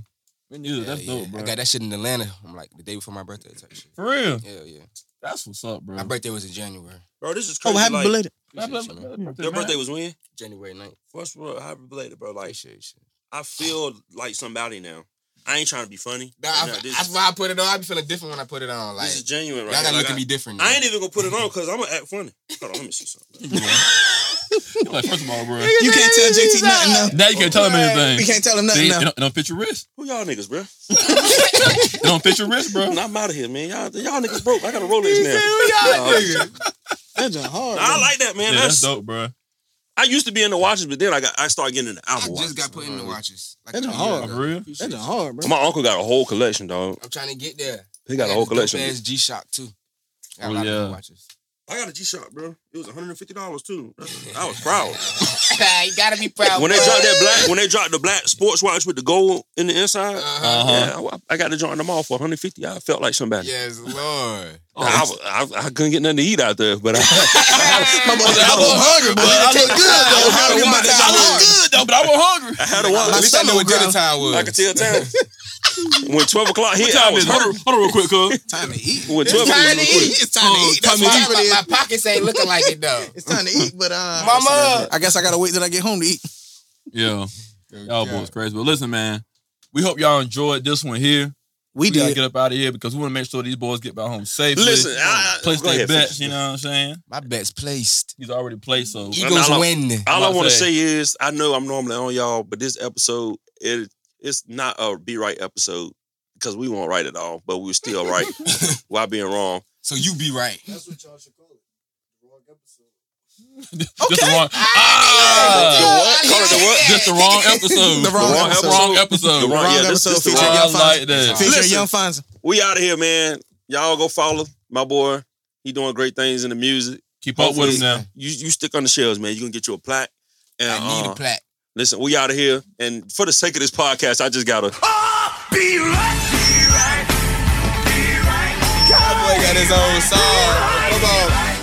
S2: Me neither.
S4: Yeah,
S2: that's
S4: yeah.
S2: dope, bro.
S4: I got that shit in Atlanta. I'm like the day before my birthday. Type shit.
S2: For real.
S4: Yeah, yeah.
S2: That's what's up, bro.
S4: My birthday was in January.
S3: bro. This is
S1: Oh,
S3: crazy.
S1: happy
S3: like,
S1: belated.
S4: Appreciate you, man.
S3: Your birthday was when?
S4: January 9th.
S3: What's real? Happy belated, bro. Like
S4: Appreciate you.
S3: I feel like somebody now. I ain't trying to be funny.
S4: Nah, I-
S3: Nah, this,
S4: that's why I put it on. I be feeling different when I put it on. Like
S3: this is genuine, right?
S4: y'all
S3: here.
S4: gotta
S3: Like,
S4: look
S3: I-
S4: at me different.
S3: I ain't even gonna put it on because I'm gonna act funny. Hold on, let me see something.
S2: You're like, first of all, bro.
S1: You can't tell JT nothing now.
S2: Now you can't tell him anything.
S1: You can't tell him nothing
S2: See, it
S1: now.
S2: don't, it don't fit your wrist.
S3: Who y'all niggas, bro?
S2: It don't fit your wrist, bro.
S3: Nah, I'm out of here, man. Y'all, y'all niggas broke. I got a Rolex now. Nah,
S1: That's just hard.
S3: I
S1: man.
S3: like that, man.
S2: yeah,
S3: that's,
S2: that's dope, bro.
S3: I used to be in the watches, but then I got I started getting in the
S4: I
S3: Apple
S4: just
S3: watches.
S4: got put in the watches. Like
S1: That's
S4: a
S1: not
S4: year
S1: hard.
S4: ago.
S2: For real?
S4: Appreciate
S1: That's
S4: you.
S1: just hard, bro.
S3: My uncle got a whole collection, dog.
S4: I'm trying to get there.
S3: He got a whole collection.
S4: Ass G Shock too. Got
S2: Oh,
S4: a lot
S2: yeah.
S4: of watches.
S3: I got a G Shock, bro. It was one hundred and fifty dollars too. I was proud.
S4: you gotta be proud.
S3: when they
S4: boy.
S3: dropped that black, when they dropped the black sports watch with the gold in the inside,
S4: Uh-huh.
S2: Uh-huh.
S3: yeah, I, I got to join them all for one hundred fifty. I felt like somebody.
S4: Yes, Lord.
S2: Oh,
S3: I, was- I, I couldn't get nothing to eat out there, but I, I,
S1: I was hungry, but I look good though.
S3: I
S1: How
S3: don't
S1: do my
S3: want that.
S1: time
S3: I
S1: hard?
S2: good though, but I was hungry.
S3: had a watch.
S1: My
S4: At least I
S1: son
S4: know what
S1: don't
S4: dinner
S1: cry.
S4: time was.
S3: I could tell time. when twelve o'clock hit, I
S2: Time
S3: was
S2: is hold on,
S3: hungry.
S2: hold on real quick, cuz.
S1: Time to eat.
S3: When twelve
S4: It's
S3: o'clock,
S4: time to
S3: real quick.
S4: eat.
S1: It's time to
S2: Oh,
S1: eat. That's
S2: time to
S1: why
S2: eat.
S1: I'm
S4: My,
S1: eating.
S4: my pockets ain't looking like it though.
S1: It's time to eat, but uh,
S4: Mama.
S1: I guess I gotta wait till I get home to eat.
S2: Yeah. Y'all boys crazy. But listen, man. We hope y'all enjoyed this one here.
S1: We
S2: We gotta
S1: did.
S2: get up out of here because we want to make sure these boys get back home safely.
S3: Listen, I, I,
S2: place
S3: go
S2: their
S3: ahead,
S2: bets.
S3: finish.
S2: You know what I'm saying?
S4: My bet's placed.
S2: He's already played, so
S3: Yeah.
S4: Eagles
S3: I know.
S4: win.
S3: All
S2: I'm
S3: I
S2: about
S3: want
S2: to
S3: to
S2: say-
S3: say is, I know I'm normally on y'all, but this episode, it it's not a be right episode because we weren't right at all, but we were still right while being wrong.
S4: So you be right.
S3: Oh,
S6: That's what y'all should call it. The wrong episode.
S2: just the wrong.
S4: Uh,
S3: The
S2: Ah!
S3: Uh, what? Call it the what?
S2: Just the wrong episode.
S1: The wrong episode.
S2: wrong episode.
S3: The wrong,
S1: Wrong
S3: yeah, this,
S1: episode
S3: this the
S1: featuring
S3: wrong-
S2: I
S1: Young Fonz.
S2: like that.
S1: Feature
S3: Listen.
S1: Young Fonz.
S3: We out of here, man. Y'all go follow my boy. He doing great things in the music.
S2: Keep up with him now.
S3: You you stick on the shelves, man. You gonna get you a plaque. And
S4: I need
S3: uh,
S4: a plaque.
S3: listen, we out of here. And for the sake of this podcast, I just gotta.
S4: That boy got his own song. Come on.